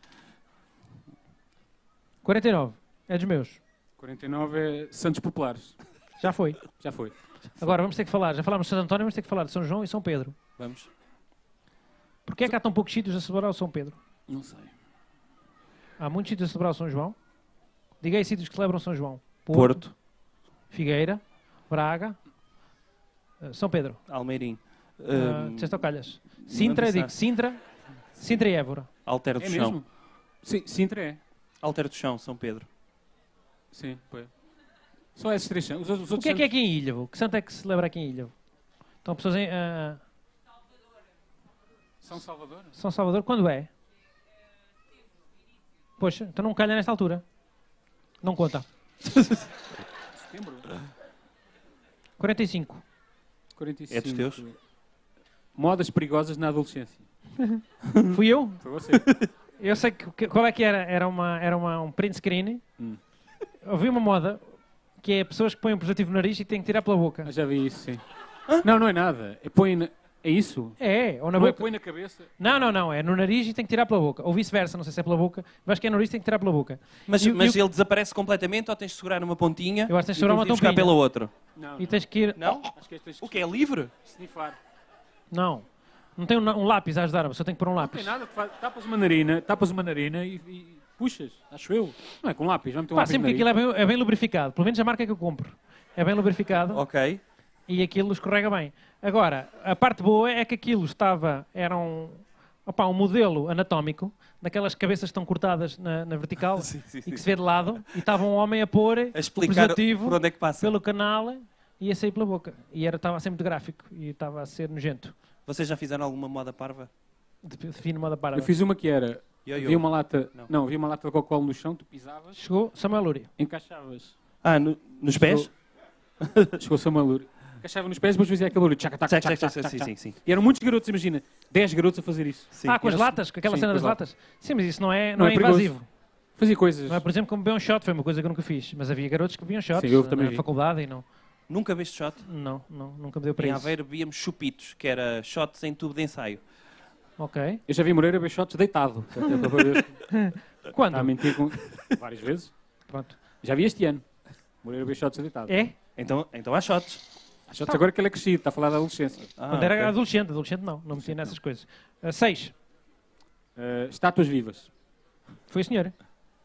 A: 49. É dos meus.
B: 49 é Santos Populares.
A: Já foi.
B: Já foi.
A: Agora vamos ter que falar. Já falámos de Santo António, vamos ter que falar de São João e São Pedro.
C: Vamos.
A: Porquê é que há tão poucos sítios a celebrar o São Pedro?
B: Não sei.
A: Há muitos sítios a celebrar o São João. Diga aí sítios que celebram São João.
C: Porto,
A: Figueira, Braga, eh, São Pedro.
C: Almeirim,
A: Ah,
C: hum,
A: Disseste ao Calhas. Sintra, eu digo Sintra. Sintra e Évora.
C: Alter do
B: É
C: Chão.
B: mesmo? Sim, Sintra é.
C: Alter do Chão, São Pedro.
B: Sim, foi. Só esses três são. Os, outros- os
A: O
B: outros
A: que é que é
B: santos-
A: aqui em Ilhavo? Que santo é que se celebra aqui em Ilhavo? Estão pessoas em... ah,
B: São Salvador?
A: São Salvador, quando é? Poxa, então não calha nesta altura. Não conta. 45.
B: 45.
C: É É dos teus?
B: Modas perigosas na adolescência.
A: Fui eu?
B: Foi você.
A: Eu sei que, que- qual é que era. Era, uma, era uma, um print screen.
B: Hum.
A: Havia uma moda que é pessoas que põem um preservativo no nariz e têm que tirar pela boca.
B: Ah, já vi isso, sim. Não, não é nada. É Põe na... É isso?
A: É, é, ou na
B: Não é
A: boca.
B: põe na cabeça.
A: Não, não, não. É no nariz e tem que tirar pela boca. Ou vice-versa, não sei se é pela boca. Mas acho que é no nariz e tem que tirar pela boca.
C: Mas,
A: E o-
C: mas
A: e
C: ele desaparece completamente ou tens de segurar numa pontinha
A: Eu acho que tens de
C: e
A: segurar uma
C: ir buscar
A: tampinha.
C: pela outra?
B: Não,
A: E tens que ir.
C: Não?
B: Acho que tens
C: O que é livre?
B: Snifar.
A: Não. Não tem um, um lápis a ajudar, só tem que pôr um
B: Não
A: lápis.
B: tem nada, tu faz- tapas uma narina, tapas uma narina e, e puxas, acho eu. Não é com lápis, vai meter um
A: Pá,
B: lápis
A: sempre que
B: na
A: aquilo é bem, é bem lubrificado. Pelo menos a marca que eu compro. É bem lubrificado
C: Ok.
A: e aquilo escorrega bem. Agora, a parte boa é que aquilo estava. Era um. opá, um modelo anatómico daquelas cabeças que estão cortadas na, na vertical
C: Sim, sim,
A: e que
C: sim.
A: se vê de lado e estava um homem a pôr
C: A
A: o
C: explicar
A: preservativo
C: por onde é que passa.
A: pelo canal e ia sair pela boca. E era- estava a ser muito gráfico e estava a ser nojento.
C: Vocês já fizeram alguma moda parva?
A: De, de fino, moda para.
B: Eu fiz uma que era,
C: Eu,
B: havia uma lata,
C: Não.
B: não, havia uma lata de coca no chão, tu pisavas,
A: Chegou Samuel Lúria.
B: encaixavas.
C: Ah, no- nos pés?
B: Chegou Samuel Lúria. Encaixava nos pés, depois fazia aquele barulho. Tchaca, tchaca, tchaca,
C: Tchac, tchac,
B: tchaca,
C: tchac, Sim,
B: tchaca.
C: sim, sim.
B: E eram muitos garotos, imagina, 10 garotos a fazer isso.
C: Sim.
A: ah, com as
B: era-
A: latas, com aquela
B: sim,
A: cena
B: com
A: das
B: as
A: latas. Sim, mas isso não é, não
B: Não
A: é,
B: é perigoso.
A: invasivo.
B: Fazia coisas.
A: Não é, por exemplo, como beber um shot, foi uma coisa que eu nunca fiz. Mas havia garotos que bebiam shots
B: Sim, eu também
A: na
B: vi.
A: faculdade e não,
C: Nunca viste shot?
A: não, não nunca me deu para
C: Em
A: isso.
C: Aveiro víamos chupitos, que era shot sem tubo de ensaio.
A: Ok.
B: Eu já vi Moreira Beixotes deitado.
A: é
B: Está
A: Quando?
B: a mentir com... várias vezes.
A: Pronto.
B: Já vi este ano. Moreira Beixotes deitado.
A: É?
C: Então, então há shots.
B: Acho até agora que ele é crescido, está a falar da adolescência.
C: Ah,
A: Quando era
C: ok.
A: adolescente. Adolescente não, não metia nessas coisas. Ah, seis.
B: Eh, estátuas vivas.
A: Foi o senhor.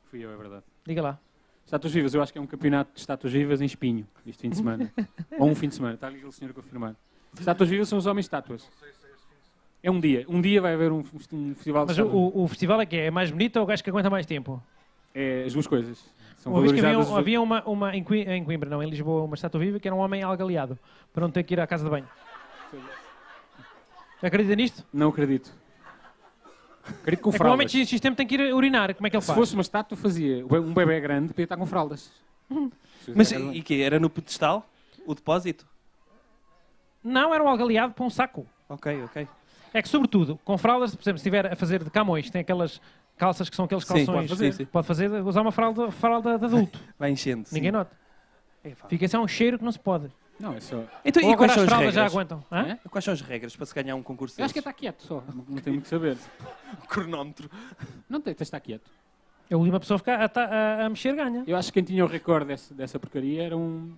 B: Fui eu, é verdade.
A: Diga lá.
B: Estátuas vivas, eu acho que é um campeonato de estátuas vivas em espinho, este fim de semana. Ou um fim de semana, está ali o senhor a confirmar. Estátuas vivas são os homens estátuas. É um dia. Um dia vai haver um, fest- um festival de
A: Mas o,
B: estátuas.
A: o- o festival é que é? É mais bonito ou o gajo que aguenta mais tempo?
B: É as duas coisas. São
A: Uma vez que havia, um-
B: valorizadas. as-
A: havia uma, uma em, Coimbra, em Coimbra, não, em Lisboa, uma estátua viva que era um homem algaleado, para não ter que ir à casa de banho. Acredita nisto?
B: Não acredito. Acredito com
A: É que o homem
B: fraldas.
A: de X tempo tem que ir urinar, como é que ele
B: Se
A: faz?
B: fosse uma estátua, fazia. Um bebê grande podia estar com fraldas.
C: Mas e que Era no pedestal? O depósito?
A: Não, era um algaleado para um saco.
C: Ok, ok.
A: É que, sobretudo, com fraldas, por exemplo, se estiver a fazer de camões, tem aquelas calças que são aqueles
C: Sim,
A: calções.
C: pode fazer, sim.
A: Pode fazer, usar uma fralda, fralda de adulto.
C: Vai enchendo. sim.
A: Ninguém nota.
C: É, pá.
A: Fica só um cheiro que não se pode.
B: Não, é só.
C: Então,
A: Ou
C: e
A: agora
C: quais
A: as
C: são as
A: fraldas
C: regras? É?
A: já aguentam. Hã?
B: Hã?
C: Quais são as regras para se ganhar um concurso
B: Eu acho que é
C: desses?
B: estar quieto só. Não, não tem muito que saber.
C: cronómetro.
B: Não tem, tens de estar quieto.
A: Eu li uma pessoa ficar a, ta- a- a mexer ganha.
B: Eu acho que quem tinha o recorde dessa, dessa porcaria era um.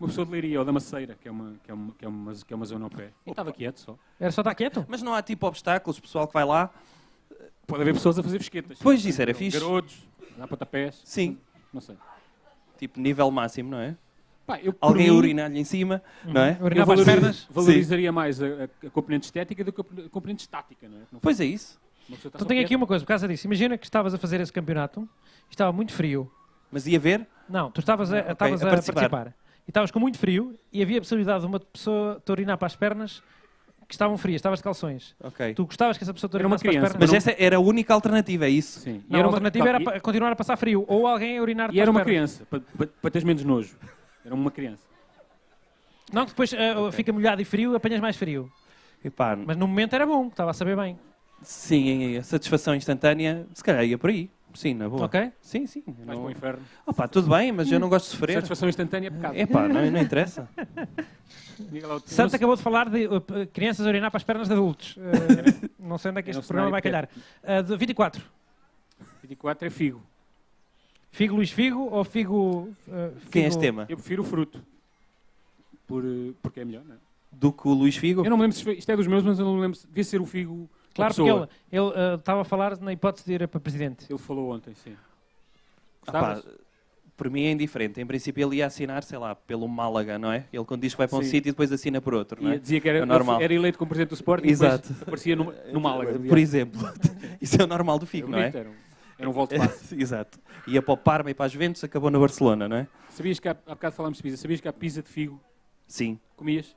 B: Uma pessoa de Leiria ou da Maceira, que é uma, que é uma, que é uma, que é uma zona ao pé. E estava quieto só.
A: Era só estar quieto.
C: Mas não há tipo obstáculos, pessoal que vai lá.
B: Pode haver pessoas a fazer fisquetas.
C: Pois, isso era fixe.
B: Garotos, dá pontapés.
C: Sim.
B: Não sei.
C: Tipo nível máximo, não é?
B: Pá, eu, por
C: Alguém
B: mim,
C: urinar-lhe em cima, não é?
A: Urinar para Uhum. as
B: valorizo-
A: pernas.
B: valorizaria mais a, a componente estética do que a componente- a componente estática, não é? Não-
C: Pois é isso.
B: uma pessoa tá
A: Então
B: só
A: tenho aqui
B: quieta.
A: uma coisa, por causa disso. Imagina que estavas a fazer esse campeonato, estava muito frio.
C: Mas ia ver?
A: Não, tu estavas a,
C: ok,
A: estavas
C: a
A: a
C: participar.
A: participar. E estavas com muito frio e havia a possibilidade de uma pessoa te urinar para as pernas que estavam frias, estavas de calções.
C: Ok.
A: Tu gostavas que essa pessoa te
B: Era uma
A: urinasse para as
B: criança,
A: pernas?
C: Mas
B: não-
C: essa era a única alternativa, é isso?
B: Sim.
A: Não,
B: E
A: a
B: era uma-
A: alternativa era
B: e-
A: pa- continuar a passar frio ou alguém a urinar
B: E era uma
A: para as pernas.
B: criança, para teres menos nojo. Era uma criança.
A: Não, que depois ah, fica molhado e frio apanhas mais frio.
C: Epá,
A: Mas no momento era bom, que estava a saber bem.
C: sim, é, a satisfação instantânea, se calhar ia por aí. Sim, na boa.
A: Ok?
C: Sim, sim. eu
B: Vais
C: não-
B: para o é um inferno.
C: Opa, tudo bem, mas eu não gosto de sofrer.
B: Satisfação instantânea é pecado.
C: É pá, não, não interessa.
B: Diga lá o teu-
A: Santo acabou de falar de uh, p- crianças a urinar para as pernas de adultos. Uh, não sei onde é que
B: Eu não
A: este
B: sei
A: programa
B: nada
A: vai
B: de
A: calhar. Uh, de 24.
B: 24 é figo.
A: Figo Luís Figo ou Figo... uh,
C: Quem é
A: Figo-
C: este tema?
B: Eu prefiro o fruto. Por, eh, porque é melhor, não é?
C: Do que o Luís Figo?
B: Eu não me lembro se foi, isto é dos meus, mas eu não me lembro se devia ser o figo. a
A: Claro, porque ele
B: pessoa.
A: ele, uh, estava a falar na hipótese de ir para presidente.
B: Ele falou ontem, sim.
C: Opa, Ah,
B: Gostavas?
C: por mim é indiferente. Em princípio ele ia assinar, sei lá, pelo Málaga, não é? Ele quando diz que vai para um
B: Sim.
C: sítio e depois assina por outro, não
B: E
C: é?
B: dizia que era,
C: É normal.
B: era eleito como presidente do Sporting e
C: Exato.
B: depois aparecia no, no Málaga.
C: Por exemplo. Isso é o normal do Figo, não é?
B: Era um, era um volto passo.
C: Exato. Ia para o Parma e para a Juventus, acabou no Barcelona, não é?
B: Sabias que há, há bocado falámos de pizza. Sabias que há pizza de figo?
C: Sim,
B: Comias?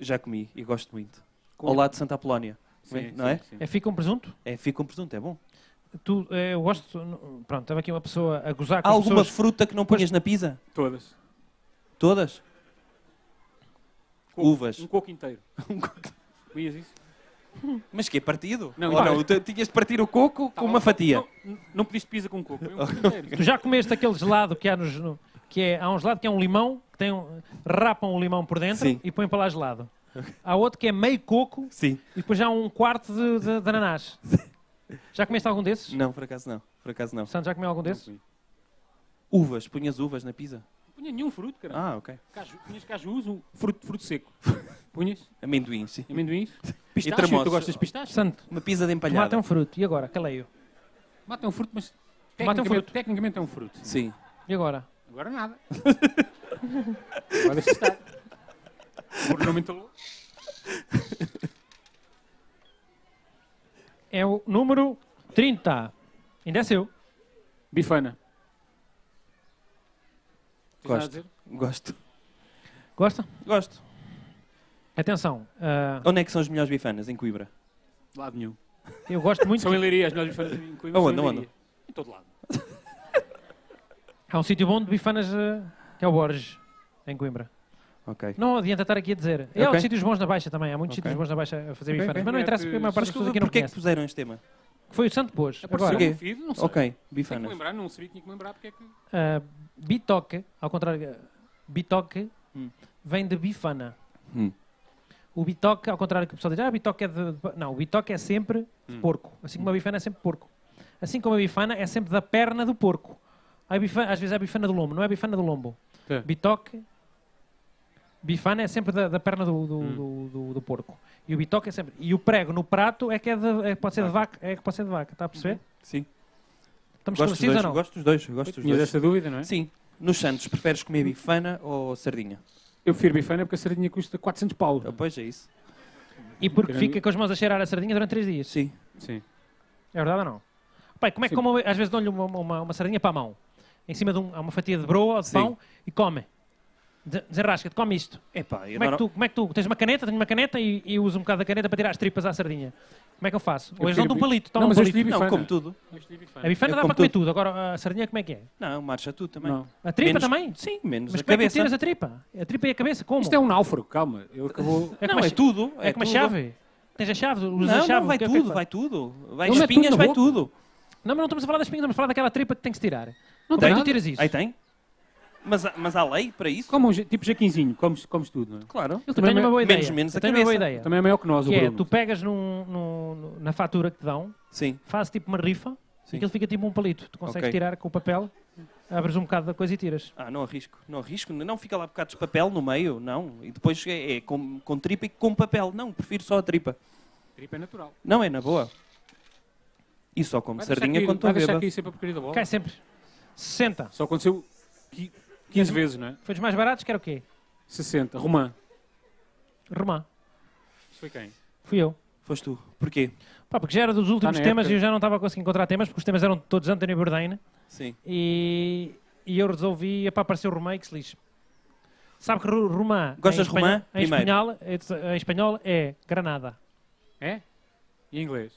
C: já comi e gosto muito.
B: Com-
C: Ao lado de Santa Apolónia.
B: Sim,
C: não
B: sim,
C: é?
B: sim.
A: É Figo com presunto?
C: É, fico com um presunto, é bom.
A: tu, eh, eu gosto. n- Pronto, estava aqui uma pessoa a gozar com
C: Há
A: as
C: alguma
A: pessoas.
C: fruta que não ponhas na pizza?
B: Todas.
C: Todas?
B: Coco.
C: Uvas.
B: Um coco inteiro. Comias isso? Tá
C: Mas que é partido?
B: Não,
C: Ou
B: não. Tá
C: não, tu tinhas de partir o coco com uma fatia.
B: Não, não- não pediste pizza com coco. foi um coco inteiro.
A: Tu já comeste aquele gelado que há nos. no- que é, há um gelado que é um limão, que tem um, rapam o limão por dentro
C: Sim.
A: e põem para lá gelado. Há outro que é meio coco
C: Sim.
A: e depois já há um quarto de, de, de ananás. Já comeste algum desses?
C: Não, por acaso não. Por acaso não.
A: Santo, já comeu algum desses?
B: Não
C: Uvas, punhas uvas na pizza?
B: punha nenhum fruto, caralho.
C: Ah, ok.
B: Caju, punhas cajus, um fruto, fruto seco. Punhas
C: Amendoins, sim.
B: amendoins,
C: E
B: pistache. Tu
C: tremoços.
B: gostas de pistache?
A: Santo,
C: Uma pizza de
A: tomate
C: empalhada.
A: é um fruto. E agora? Caleio.
B: Mata é um fruto, mas
A: Tomate é um
B: tecnicamente,
A: fruto.
B: tecnicamente é um fruto.
C: Sim.
A: E agora?
B: Agora nada. Agora deixa estar. O Bruno aumentou a luz.
A: É o número 30. Ainda é seu.
B: Bifana. Tens nada a
C: Gosto.
B: dizer?
C: Gosto.
A: Gosta?
C: Gosto.
A: Atenção, ah,
C: Onde é que são as melhores bifanas? Em Coimbra.
B: De lado nenhum.
A: eu gosto muito.
B: São em Leiria, as melhores bifanas em Coimbra.
C: Aonde,
B: são em
C: aonde?
B: Leiria. Em todo lado.
A: Há um sítio bom de bifanas ah, que é o Borges, em Coimbra.
C: Ok.
A: Não adianta estar aqui a dizer. É E há
C: Ok.
A: outros sítios bons na Baixa também. Há muitos
C: Ok.
A: sítios bons na Baixa a fazer
C: Ok,
A: bifanas.
C: ok.
A: Mas não interessa
B: É que-
A: porque a maior parte das pessoas aqui não
C: Porquê é que
A: conhece.
C: puseram este tema?
A: Foi o Santo Pôs.
B: Agora,
A: Agora,
C: Porquê?
B: no feed, um não sei.
C: Ok,
B: Tem que me
C: bifanas.
B: lembrar, não sabia que tinha que me lembrar porque é que...
A: ah, bitoque, ao contrário, ah, bitoque
C: Hum.
A: vem de bifana.
C: Hum.
A: O bitoque, ao contrário do que o pessoal diz, ah, bitoque é de... de- Não, o bitoque é sempre de
C: Hum.
A: porco. Assim como a bifana é sempre porco. Assim como a bifana é sempre da perna do porco. Há bifa- às vezes é a bifana do lombo, não é a bifana do lombo.
B: Tá.
A: Bitoque, bifana é sempre da, da perna do, do,
B: Hum.
A: do- do- do porco. E o bitoque é sempre... E o prego no prato é que é de- é que pode ser
C: Ah.
A: de vaca. É que pode ser de vaca, está a perceber?
C: Sim.
A: Estamos
C: Uhum. Gosto dos
A: esclarecidos
C: dois.
A: ou não?
C: Gosto dos dois. Gosto dos
B: Tinhas
C: dois.
B: essa dúvida, não é?
C: Sim. Nos Santos, preferes comer bifana ou sardinha?
B: Eu prefiro bifana porque a sardinha custa 400 pau.
C: Ah, Pois é isso.
A: E porque
B: Grande-
A: fica com as mãos a cheirar a sardinha durante três dias.
C: Sim.
B: Sim.
A: É verdade ou não? Pai, como é que
B: Sim.
A: como, às vezes dão-lhe uma, uma, uma sardinha para a mão? Em cima de um, há uma fatia de broa ou de
C: Sim.
A: pão e come. De- Desenrasca-te, come isto.
C: Epá,
A: Como
C: eu
A: é, que
C: não...
A: tu, como é que tu tens uma caneta? Tenho uma caneta e, e uso um bocado da caneta para tirar as tripas à sardinha. Como é que eu faço? Ou eles
B: prefiro
A: dão-te um
B: bi-
A: palito,
B: Não,
A: tomam um
B: mas eu
A: palito.
B: escolhi
C: Não,
B: bifana.
C: como tudo.
A: A bifana
C: eu
A: dá
C: como
A: para comer tudo. agora a sardinha como é que é?
C: Não, marcha tu também.
B: Não.
A: A tripa
C: Menos-
A: também?
C: Sim, menos
A: Mas
C: a
A: como é que tu
C: cabeça.
A: tiras a tripa? A tripa e a cabeça, como?
B: Isto é um náufrago, calma. Ele acabou...
A: É
C: Não,
A: como
C: é
A: a-
C: tudo.
A: É como a
C: tudo.
A: chave? Tens a chave? Usas a
C: Não,
A: chave?
C: não, vai
A: o que é- o que é que
C: tudo, vai tudo. Vai
B: Ele mete
C: espinhas,
B: tudo na
C: vai
B: boca.
C: tudo.
A: Não, mas não estamos a falar das espinhas, estamos a falar daquela tripa que tem que se tirar.
B: Não
A: Como é
B: tem
A: que tu
B: nada.
A: tiras isso?
C: Aí tem. Mas, há- mas há lei para isso?
B: Como um, ja- tipo jaquinzinho, comes, comes tudo, não é?
C: Claro.
A: Eu
B: Também
A: tenho uma
B: me-
A: boa ideia.
C: menos, menos
A: Eu
C: a
A: tenho uma boa
C: cabeça.
A: ideia.
B: Também é maior que nós, o
A: Que é,
B: Bruno.
A: tu pegas num- num- na fatura que te dão,
C: Sim.
A: fazes tipo uma rifa, e
C: Sim.
A: aquilo fica tipo um palito. Tu consegues
C: Ok.
A: tirar com o papel, abres um bocado da coisa e tiras.
C: Ah, não arrisco. Não arrisco. Não fica lá bocados de papel no meio, não. E depois é, é com, com tripa e com papel. Não, prefiro só a tripa.
B: Tripa é natural.
C: Não, é na boa. E só como
B: Vai deixar
C: Um sardinha
B: cair-
C: quando estou
B: Vai deixar
C: bêbado.
B: aqui sempre a porcaria da bola.
A: Cai sempre. 60.
B: Só aconteceu qui- 15 vezes, não é?
A: Foi dos mais baratos, que era o quê?
B: 60. Romã.
A: Romã.
B: Isso foi quem?
A: Fui eu.
C: Foste tu. Porquê?
A: Pá, porque já era dos
C: Tá
A: últimos
B: na
A: temas
B: época.
A: e eu já não estava conseguindo encontrar temas, porque os temas eram todos Anthony Bourdain.
C: Sim.
A: E, e eu resolvi, epá, apareceu Romã e que se lixe. Sabe que Ru- Romã...
C: Gostas
A: em
C: de Romã?
A: espanhol- Em
C: Primeiro.
A: espanhol, em espanhol é Granada.
B: É? E em inglês?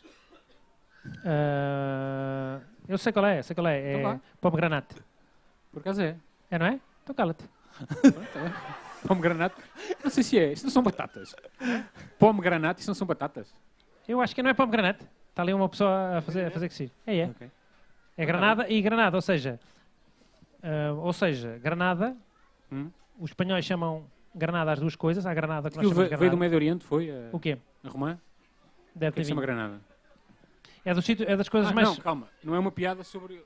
A: Ah, eu sei qual é, sei qual é.
B: Então
A: É
B: vá.
A: pomegranate.
B: Por acaso é.
A: É, não é? Então cala-te.
B: Pomegranate? Não sei se é. Isto não são batatas. Pomegranate, isto não são batatas.
A: Eu acho que não é pomegranate. Está ali uma pessoa a fazer, a fazer que sim. É, é.
C: Ok.
A: É granada e granada, ou seja, ah, ou seja, granada,
B: Hum?
A: os espanhóis chamam granada as duas coisas. Há granada que nós
B: Aquilo
A: chamamos
B: ve-
A: de
B: veio do
A: granada.
B: Médio Oriente, foi? A,
A: O quê?
B: a Romã?
A: Deve
B: O é que é
A: ter
B: que se chama
A: vindo.
B: Granada?
A: É, do sítio, é das coisas
B: Ah,
A: mais...
B: Não, calma. Não é uma piada sobre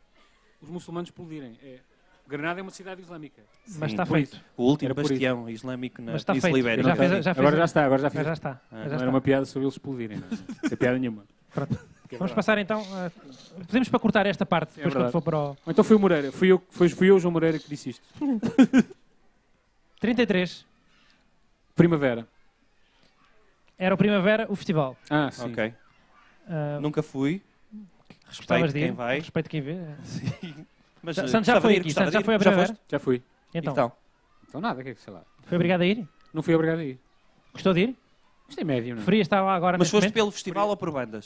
B: os muçulmanos explodirem. É- Granada é uma cidade islâmica.
A: mas
C: Sim,
A: está
C: por
A: feito.
C: O último
B: Era por
C: bastião islâmico na
A: Mas está
C: Península
A: feito.
C: Ibérica.
A: Já fez, a- já fez,
B: Agora
A: a-
B: já está, agora já
A: já,
B: fiz. Ah, Não
A: está. já
C: não
A: está.
B: era uma piada sobre eles explodirem. Não Não é piada nenhuma.
A: Pronto.
B: Que é
A: Vamos
B: verdade.
A: passar então... ah, podemos para cortar esta parte, depois quando
B: é verdade.
A: for para o...
B: Ou Então foi o Moreira. Fui eu, foi, fui eu, João Moreira, que disse isto.
A: 33
B: Primavera.
A: era o Primavera, o festival.
B: Ah, sim.
C: Ok.
A: Ah,
C: Nunca fui.
A: Gostavas
C: Respeito
A: de
C: quem
A: ir?
C: vai.
A: Respeito quem vê.
C: Sim. Mas, eh,
A: Santos já
C: gostava de
A: foi
C: ir,
A: aqui,
C: gostava
A: Santos já
C: de ir.
A: foi a
C: Já
A: primeira.
C: foste?
B: Já fui.
A: Então,
C: Então,
B: Então nada, o que é que sei lá.
A: foi obrigado a ir?
B: Não fui obrigado a ir.
A: Gostou de ir?
B: Isto é médio, não é?
A: Preferia estar lá agora
C: mas
A: neste
C: foste
A: momento?
C: pelo festival ou por bandas?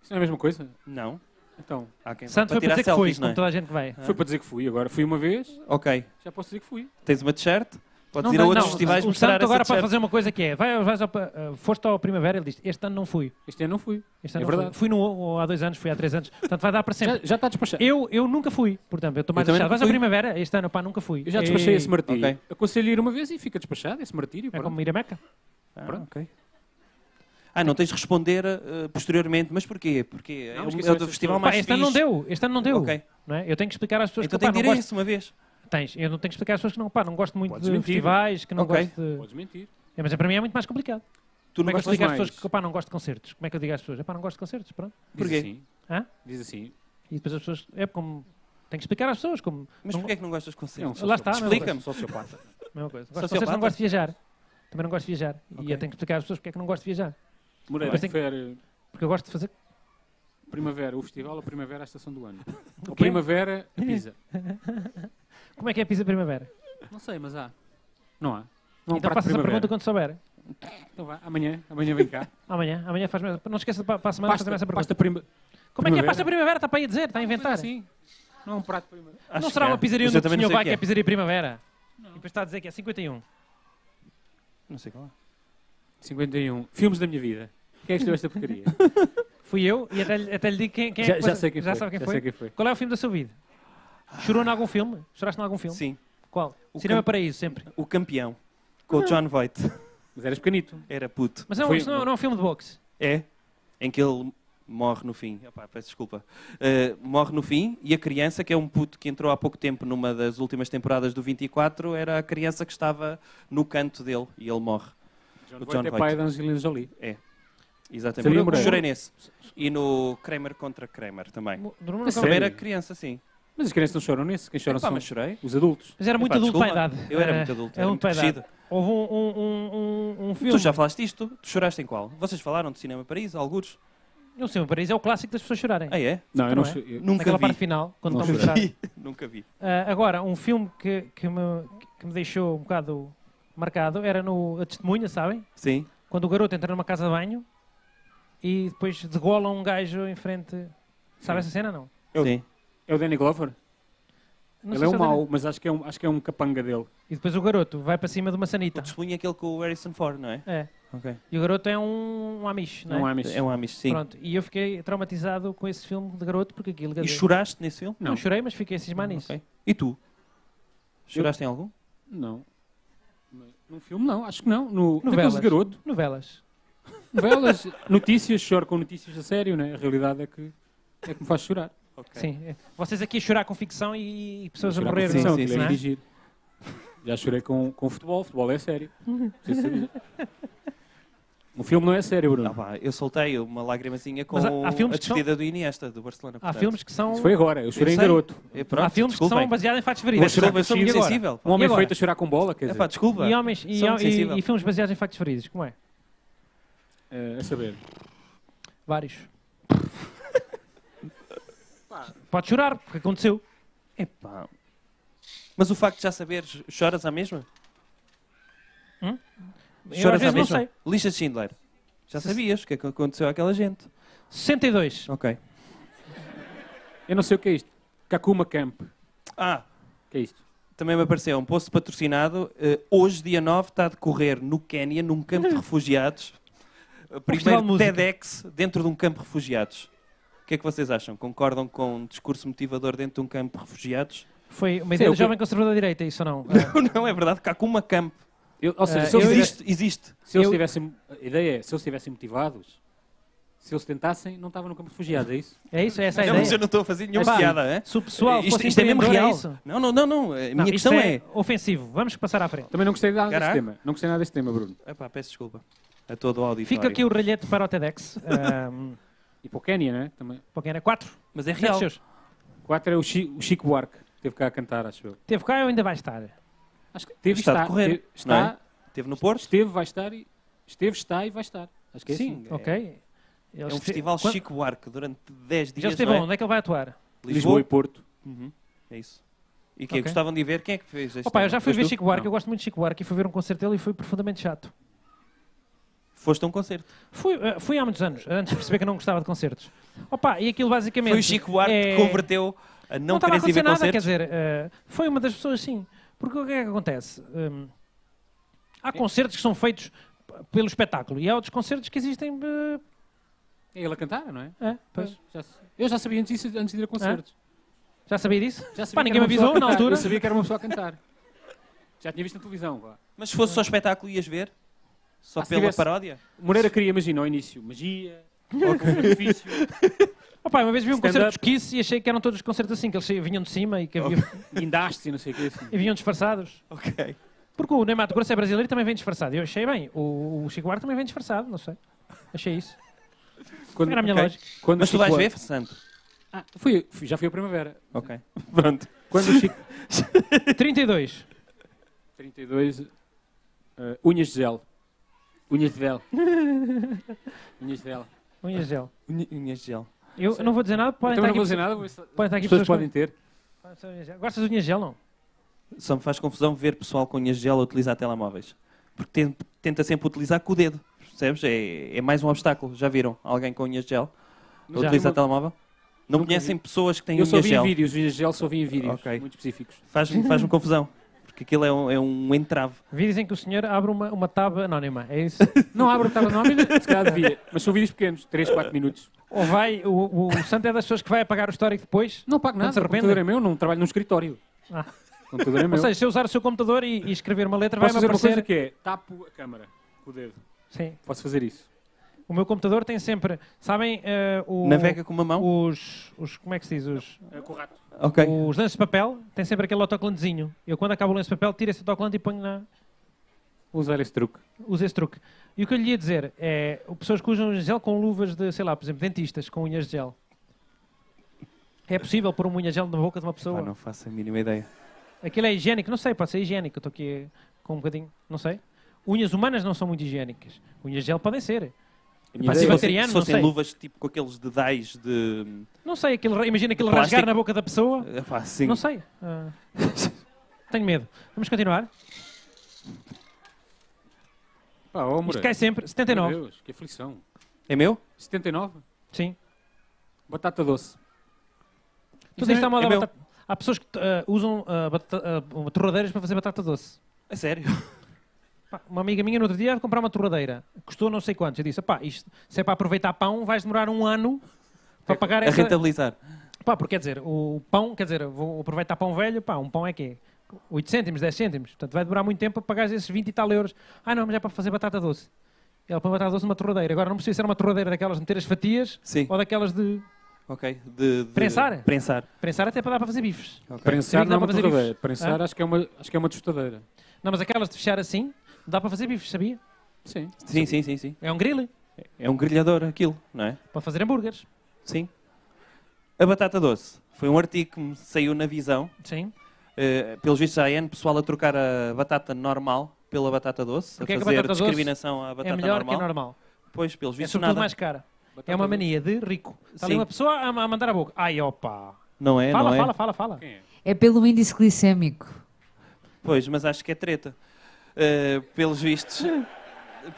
B: Isto não é a mesma coisa?
C: Não.
B: Então,
C: Há quem vá
A: Santo
C: para
A: foi para
C: tirar
A: dizer que
C: selfies,
A: foi,
C: não é?
A: como toda a gente que vai.
B: foi para dizer que fui. Agora fui uma vez,
C: Ok.
B: já posso dizer que fui.
C: Tens uma t-shirt? Podes
A: Não,
C: ir a
A: não,
C: outros
A: não,
C: festivais
A: o
C: mostrar
A: Santo
C: essa
A: agora pode
C: t-shirt.
A: fazer uma coisa que é, vai, vais ao, pa- ah, foste ao Primavera, ele diz, este ano não fui.
B: Este ano não fui.
A: Este
B: É
A: ano não fui.
B: verdade.
A: Fui no, há dois anos, fui há três anos, portanto vai dar para sempre.
B: Já, já está despachado.
A: Eu, eu nunca fui, portanto, eu estou mais
C: Eu também
A: deixado.
C: nunca
A: Vais à
C: fui.
A: Primavera, este ano, pá, nunca fui.
B: Eu já despachei
A: Ei,
B: esse martírio.
C: Ok.
B: Aconselho ir uma vez e fica despachado esse martírio.
A: É
B: pronto.
A: como ir a Meca.
C: Ah,
B: Pronto.
C: ok. Ah, não tens de responder eh, posteriormente, mas porquê? Porque
B: Não,
C: é o,
B: esqueçam
C: é o
B: essas
C: festival
B: coisas.
C: mais
A: Pá, este ano não
C: fixe.
A: deu, este ano não deu.
C: Ok.
A: não é? Eu tenho que explicar às pessoas
C: Então
A: que pá,
C: tem
A: não
C: que ir a
A: gosto.
C: isso uma vez.
A: Tens, eu não tenho que explicar às pessoas que não, pá, não gosto muito
B: Podes
A: de
B: mentir.
A: festivais, que não
C: Ok.
A: gosto de...
B: Podes mentir.
A: É, mas é, para mim é muito mais complicado.
C: Tu
A: Como
C: não
A: é que eu
C: gostas
A: explico
B: explicar
A: às
C: mais.
A: pessoas que pá, não gosto de concertos? Como é que eu digo às pessoas? É pá, não gosto de concertos, pronto.
B: Diz
C: Porquê?
B: assim.
A: Hã?
B: Diz assim.
A: E depois as pessoas, é como, tenho que explicar às pessoas como...
C: Mas
A: não-
C: porquê é que não gostas de conselhos?
B: Não, só
A: Lá
B: sou-
A: está, é? a mesma
C: Explica-me.
B: Sociopata.
A: coisa, mesma coisa.
C: Só
A: Gosto de concertos, não
C: sociopata?
A: gosto de viajar. Também não gosto de viajar.
C: Ok.
A: E eu tenho que explicar às pessoas porque é que não gosto de viajar.
B: Moreira,
A: Mas tem que-
B: prefere
A: Porque eu gosto de fazer...
B: primavera o festival ou primavera a estação do ano? Ou
A: quê?
B: primavera a Pisa?
A: Como é que é a pizza primavera?
B: Não sei, mas há. Não há. Não há um
A: então
B: prato de
A: faço essa pergunta
B: primavera.
A: quando souber.
B: Então vá, amanhã. Amanhã vem cá.
A: Amanhã, amanhã faz mesmo. Não esqueça de pa- para a semana
B: Pasta,
A: fazer essa pergunta.
B: pasta prima...
A: Como é que é
B: primavera?
A: pasta primavera? Está para aí a dizer, está a inventar.
B: Sim. Não há um prato de primavera.
C: Acho
A: não
C: que
A: será
C: é.
A: uma pizzaria
C: Mas eu
A: onde o
C: também não
A: senhor
C: sei
A: vai
C: o
A: que é pizzaria primavera? E depois está a dizer que é 51.
C: Não sei qual é.
B: 51. Filmes da minha vida. Quem é que escreveu esta porcaria?
A: Fui eu e até, lhe- até lhe digo quem, quem é
B: já,
A: que
B: já
A: passa-
B: sei quem
A: já
B: foi.
A: sabe quem
B: já
A: foi.
B: sei quem foi.
A: Qual é o filme da sua vida? Chorou em algum filme? Choraste em algum filme?
C: Sim,
A: Qual?
C: O
A: Cinema
C: campo-
A: Paraíso, sempre.
C: o campeão. Com
A: Ah.
C: o John Voight.
B: Mas eras pequenito.
C: Era puto.
A: Mas não,
B: Foi-
A: isto não, não é um filme de boxe.
C: É? Em que ele morre no fim. Epá, peço desculpa. Eh, morre no fim e a criança, que é um puto que entrou há pouco tempo numa das últimas temporadas do 24, era a criança que estava no canto dele e ele morre.
B: John
C: O
B: Voight
C: John
B: é
C: Voight. É,
B: pai da Angelina Jolie.
C: Exatamente.
B: Sabia,
C: Eu
B: Moreira?
C: chorei nesse. E no Kramer contra Kramer também.
A: Mo- Bruno,
B: Mas
A: não-
B: sério?
C: Também era criança, sim.
B: Mas as crianças não choram nesse. Quem choram
C: Epá,
B: são
C: mas chorei.
B: os adultos.
A: Mas era muito
C: Epá,
A: adulto para a
C: desculpa.
A: idade. É,
C: Eu era muito adulto, era
A: adulto
C: muito
A: para a idade.
C: crescido.
A: Houve um, um, um, um, um filme.
C: Tu já falaste isto? Tu choraste em qual? Vocês falaram de Cinema Paris, algures?
A: O Cinema Paraíso é o clássico das pessoas chorarem.
C: Ah, é?
B: Não, eu
A: Não
B: não,
A: é?
B: cho- eu-
C: Nunca
A: Naquela
C: vi.
A: parte final, quando
B: Não
A: estão a
B: chorei.
A: mostrar.
C: Nunca vi.
A: Ah, agora, um filme que, que, me, que me deixou um bocado marcado era no A Testemunha, sabem?
C: Sim.
A: Quando o garoto entra numa casa de banho e depois degola um gajo em frente. Sabe essa cena, não?
B: Eu-
C: Sim.
B: É o Danny Glover?
A: não
B: Ele
A: sei
B: é
A: se
B: um
A: dele.
B: mau, mas acho que é um, acho que é um capanga dele.
A: E depois o garoto vai para cima de uma
C: O
A: sanita.
C: testemunho é aquele com o Harrison Ford, não é?
A: É.
C: Ok.
A: E o garoto é um, um amish, não é?
B: Não há mexe.
C: É um Amish, sim.
A: Pronto. E eu fiquei traumatizado com esse filme de garoto porque aquilo...
C: E choraste nesse filme?
A: Não chorei, mas fiquei a cismar nisso.
C: Ok. E tu? Choraste em algum?
B: Não. Mas Num filme não, acho que não. No,
A: Novelas.
B: naqueles de garoto.
A: Novelas.
B: Novelas, notícias, choro com notícias a sério, né? A realidade é que, é que me faz chorar.
C: Ok.
A: Sim. É. Vocês aqui a chorar com ficção e pessoas a
B: Chorar com
A: morrer.
B: ficção,
A: não é?
B: tive a dirigir. Já chorei com, com futebol, futebol é sério. Vocês sabiam. O filme não é sério, Bruno.
C: Ah, pá, eu soltei uma lagrimazinha com
A: Mas há- há filmes
C: a
A: que são-
C: despedida do Iniesta, do Barcelona.
A: Há
C: portanto.
A: filmes que são...
B: Isso foi agora, eu chorei
C: Eu
B: em
C: sei.
B: garoto.
C: É, pronto,
A: Há filmes que são
C: desculpem.
A: baseados em fatos
C: Mas
A: verídicos.
C: desculpa, eu sou
A: E
C: muito
A: agora?
C: sensível.
B: Um homem
A: agora?
B: feito a chorar com bola, quer dizer.
C: Epá, desculpa.
A: é. E homens e,
C: Sou
A: hom-
C: muito
A: e-
C: sensível.
A: e filmes baseados em factos verídicos, como é?
B: Eh, a saber.
A: Vários. Pode chorar, porque aconteceu.
C: Epá. Mas o facto de já saberes, choras à mesma?
A: Eu às
C: à
A: vezes não sei.
C: Lista de Schindler. Já
A: Se-
C: sabias o que é que aconteceu àquela gente.
A: 62.
C: Ok.
B: Eu não sei o que é isto. Kakuma Camp. O
C: Ah,
B: que é isto?
C: também me apareceu um post patrocinado. Eh, hoje, dia 9, está a decorrer no Quénia, num campo de refugiados. O
A: Festival de
C: Primeiro
A: Música.
C: TEDx dentro de um campo de refugiados. O que é que vocês acham? Concordam com um discurso motivador dentro de um campo de refugiados?
A: Foi uma
B: Sim,
A: ideia
B: eu
A: do jovem conservador da direita, isso ou não?
C: não, é verdade. Kakuma Camp.
B: Eu- ou seja,
A: Eh,
B: se eles
A: eu-
B: tivessem-
C: Existe, existe.
B: Se eles
A: Eu-
B: tivessem. A ideia é, se eles estivessem motivados, se eles tentassem, não estavam no campo de refugiados, é isso?
A: É isso? É essa a
C: Não, mas eu
A: ideia?
C: não estou a fazer nenhuma
A: Epá,
C: piada, é?
A: Se o pessoal
C: isto,
A: fosse
C: isto é mesmo
A: empreendedor,
C: real.
A: é isso?
C: Não, não, não, não. A minha
A: Não, isto
C: questão é.
A: é ofensivo. Vamos passar à frente.
B: Também não gostei nada desse
C: Caraca.
B: tema. Não gostei nada desse tema, Bruno.
C: Epá, peço desculpa a todo o auditório.
A: Fica aqui o ralhete para o TEDx. Ahm,
B: E para o Quénia, né? Também.
A: Para quem ehm, era 4.
C: Mas é real.
B: Quatro é o, Chi, o Chico Buarque, que teve cá a cantar, acho eu.
A: Teve cá ou ainda vai
C: É.
A: estar?
B: Acho que teve
C: Está de
B: está,
C: correr,
B: teve-
C: não é?
B: está,
C: Teve no Porto?
B: esteve, vai estar e. Esteve, está e vai estar. Acho que é assim.
C: é-
A: Ok.
C: É um festival Chico Buarque durante 10 dias.
A: Já esteve
C: não é?
A: onde? é que ele vai atuar?
B: Lisboa
C: Lisboa.
B: e Porto.
C: Uhum. É isso. E que
A: Ok.
C: gostavam de ver quem é que fez este
A: Opa, eu
C: tema?
A: já fui
C: Foste
A: ver
C: tu?
A: Chico Buarque,
B: Não.
A: eu gosto muito de Chico Buarque e fui ver um concerto dele e foi profundamente chato.
C: Foste a um concerto.
A: Fui, eh, fui há muitos anos, antes de perceber que eu não gostava de concertos. Opa, e aquilo basicamente.
C: Foi o Chico Buarque
A: é-
C: que converteu a não,
A: não estava a
C: querer ir
A: acontecer
C: ver
A: nada,
C: concertos.
A: quer dizer, eh, foi uma das pessoas sim. Porque o que é que acontece? Hum, há concertos que são feitos p- pelo espetáculo e há outros concertos que existem. eh,
B: É ele a cantar, não é?
A: é, pois.
B: Já se- eu já sabia antes disso, antes de ir a concertos.
A: Já sabia disso?
B: Já sabia
A: Pá,
B: que
A: ninguém
B: era
A: me
B: uma pessoa
A: avisou na
B: a cantar.
A: altura.
B: Eu sabia que era uma pessoa a cantar. Já tinha visto na televisão. vá.
C: Mas se fosse só espetáculo, ias ver? Só
B: Ah, se
C: pela
B: tivesse-
C: paródia?
B: O Moreira queria, imagina, ao início, magia, algum benefício.
A: Opa, uma vez vi um concerto dos
B: Stand-up.
A: Kiss e achei que eram todos os concertos assim, que eles vinham de cima e que havia,
B: guindastes e não sei o que assim.
A: e vinham disfarçados.
C: Ok.
A: Porque o Neymar do Grosso é brasileiro e também vem disfarçado. Eu achei bem, o, o Chico Buarque também vem disfarçado, não sei. Achei isso.
B: Quando,
A: Era a minha
C: ok.
A: lógica.
B: quando
C: Mas
B: o
C: tu
B: Chico
C: vais
B: Buarque-
C: ver, Santo?
B: um Ah, fui- fui- já fui a primavera.
C: Ok. Pronto.
B: Quando o Chico...
A: 32.
B: 32... eh, unhas de gel. Unhas de véu. unhas de véu.
A: Unhas de gel.
C: Unha- Unhas de gel.
A: Eu não vou dizer nada, podem
B: Também
A: estar
B: Então não
A: aqui
B: vou dizer nada. Vou... ver se-
A: podem estar aqui
B: As pessoas
A: pessoas
B: podem ter.
A: pessoas- Gostas de unhas de gel, não?
C: Só me faz confusão ver pessoal com unhas de gel a utilizar telemóveis. Porque tem- tenta sempre utilizar com o dedo. Percebes? É, é mais um obstáculo. Já viram alguém com unhas de gel a
A: Já.
C: utilizar telemóvel? Não
B: Nunca
C: conhecem pessoas que têm
B: Eu só
C: unhas de
B: vi em
C: gel.
B: vídeos. Unhas de gel só vi em vídeos.
C: Ok.
B: Muito específicos.
C: Faz-me faz-me confusão. Porque aquilo é um, é um entrave.
A: Vi dizem que o senhor abre uma, uma tab anónima, é isso?
B: Não abro o que estava na máquina, se calhar devia. Mas são vídeos pequenos, 3, 4 minutos.
A: Ou vai, o, o, o santo é das pessoas que vai apagar o histórico depois?
B: Não pago
A: Não
B: nada,
A: se
B: o
A: arrependem?
B: computador é meu, não trabalho num escritório.
A: Ah.
B: O computador é
A: Ou
B: meu.
A: seja, se eu usar o seu computador e, e escrever uma letra,
B: Posso
A: vai-me
B: fazer uma coisa
A: aparecer...
B: que é, tapo a câmara com o dedo.
A: Sim.
B: Posso fazer isso.
A: O meu computador tem sempre... Sabem eh, o...
C: Navega com uma mão?
A: Os, os... Como é que se diz? Os,
B: É, com o rato.
C: Ok.
A: os lenços de papel têm sempre aquele autocolantezinho. Eu, quando acabo o lenço de papel, tiro esse autocolante e ponho na...
B: Vou usar esse truque.
A: Uso esse truque. E o que eu lhe ia dizer é... o- Pessoas que usam unhas de gel com luvas de, sei lá, por exemplo, dentistas com unhas de gel. É possível pôr uma unha de gel na boca de uma pessoa?
C: Pá, não faço a mínima ideia.
A: Aquilo é higiênico? Não sei, pode ser higiênico. Eu estou aqui com um bocadinho, não sei. Unhas humanas não são muito higiênicas. Unhas de gel podem ser.
B: A
A: Pá,
B: minha
A: se você-
B: ideia- é
C: se fossem,
A: bacteriano,
C: se
A: não
C: fossem
A: sei.
C: luvas tipo com aqueles dedais de.
A: Não sei, aquilo, imagina aquilo
C: Plástico.
A: rasgar na boca da pessoa.
C: eh, pá, assim.
A: Não sei. Ah, tenho medo. Vamos continuar.
B: Pá, ó,
A: Isto
B: Ah, Moreira.
A: cai sempre.
B: Meu
A: 79.
B: Deus, que aflição.
C: É meu?
B: 79?
A: Sim.
B: Batata doce.
A: Tudo isto está mal
C: é
A: da
C: meu.
A: batata. Há pessoas que ah, usam ah, batata, ah, torradeiras para fazer batata doce.
C: É sério?
A: Pá, Uma amiga minha no outro dia ia comprar uma torradeira. Custou não sei quantos. Eu disse, pá, isto, se é para aproveitar pão, vais demorar um ano para pagar
C: É A
A: essa,
C: rentabilizar.
A: Pá, porque quer dizer, o pão, quer dizer, vou aproveitar pão velho, pá, um pão é quê? 8 cêntimos, 10 cêntimos. Portanto, vai demorar muito tempo a pagar esses 20 e tal euros. Ah, não, mas é para fazer batata doce. Ela põe batata doce numa torradeira. Agora não precisa ser uma torradeira daquelas de meter as fatias
C: Sim.
A: ou daquelas de
C: Ok. De, de-
A: Prensar?
C: Prensar.
A: prensar até para dar para fazer bifes.
C: Ok.
B: Prensar
A: Sim,
B: não é
A: dá
B: uma
A: para fazer
B: tostadeira.
A: bifes.
B: Prensar acho que é uma, acho que é uma tostadeira.
A: Não, mas aquelas de fechar assim, dá para fazer bifes, sabia?
B: Sim.
C: Sim, sim, sim, sim.
A: É um grill,
C: É um grelhador aquilo, não é?
A: para fazer hambúrgueres.
C: Sim. A batata doce. Foi um artigo que me saiu na visão.
A: Sim. é
C: Eh, pelos vistos já é pessoal a trocar a batata normal pela batata doce.
A: Porque é
C: a
A: que a
C: fazer
A: batata doce
C: discriminação à batata
A: é melhor
C: normal.
A: que a normal.
C: Pois, pelos
A: É
C: vistos
A: sobretudo
C: nada.
A: mais cara.
B: Batata
A: É uma
B: doce.
A: mania de rico. Está ali
C: Sim.
A: uma pessoa a, a mandar a boca. Ai, opa.
C: Não é,
A: fala,
C: não é?
A: fala, fala, fala.
B: Quem é?
D: É pelo índice glicémico.
C: Pois, mas acho que é treta. Eh, pelos vistos,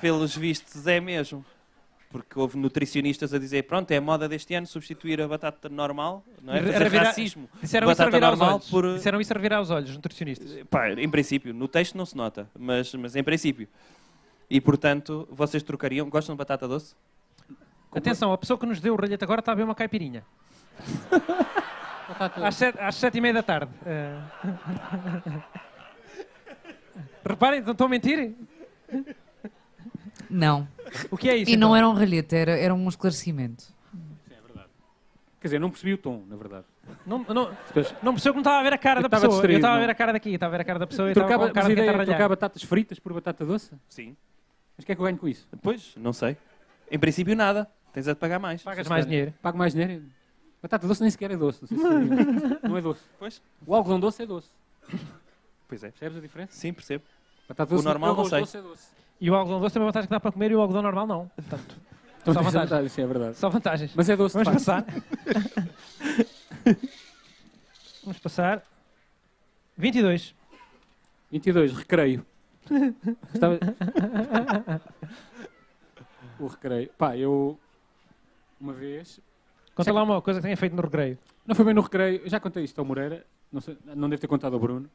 C: pelos vistos é mesmo. Porque houve nutricionistas a dizer, pronto, é a moda deste ano substituir a batata normal, não é?
A: Era
C: Fazer
A: virar-
C: racismo.
A: Disseram isso a
C: Batata
A: revirar aos
C: normal
A: olhos.
C: por-
A: Disseram isso a revirar aos olhos, os nutricionistas.
C: Pá, em princípio, no texto não se nota, mas, mas em princípio. E portanto, vocês trocariam, gostam de batata doce?
A: Atenção, a pessoa que nos deu o ralhete agora está a beber uma caipirinha. às, sete, às sete e meia da tarde. Eh. Reparem, não estou a mentir?
D: Não.
A: O que é isso?
D: E não
A: então?
D: era um ralhete, era, era um esclarecimento.
B: Quer dizer, não percebi o tom, na verdade.
D: é-
A: Não, não,
B: Depois-
A: não percebeu que não estava a ver a cara
B: Eu
A: da
B: estava
A: pessoa. eu
B: distraído,
A: estava a
B: não.
A: ver a cara daqui, eu estava a ver a cara da pessoa e estava com
B: Trocava,
A: a cara
B: mas a
A: de quem
B: ideia
A: está a
B: é trocar
A: ralhar.
B: batatas fritas por batata doce?
C: Sim.
B: Mas o que é que eu ganho com isso?
C: Pois, não sei. Em princípio, nada. Tens a de pagar mais.
A: Pagas mais dinheiro.
B: Pago mais dinheiro. Batata doce nem sequer é doce. Não, sei se sabia. Não é doce.
C: Pois.
B: O algodão doce é doce.
C: Pois é.
B: Percebes a diferença?
C: Sim, percebo.
B: Batata
C: O normal não
B: arroz
C: sei.
B: doce é doce.
A: E o algodão doce também é uma vantagem que dá para comer e o algodão normal não. Portanto,
B: Então
A: Só
B: tens
A: vantagem.
B: vantagem, sim, é verdade.
A: só vantagens.
B: Mas é doce,
A: Vamos
B: de facto.
A: passar. Vamos passar. 22.
B: 22, recreio. Gostava- o recreio. Pá, eu. Uma vez.
A: Conta lá uma coisa que tenha feito no recreio.
B: Não foi bem no recreio. Eu já contei isto ao Moreira. Não, sei, não devo ter contado ao Bruno.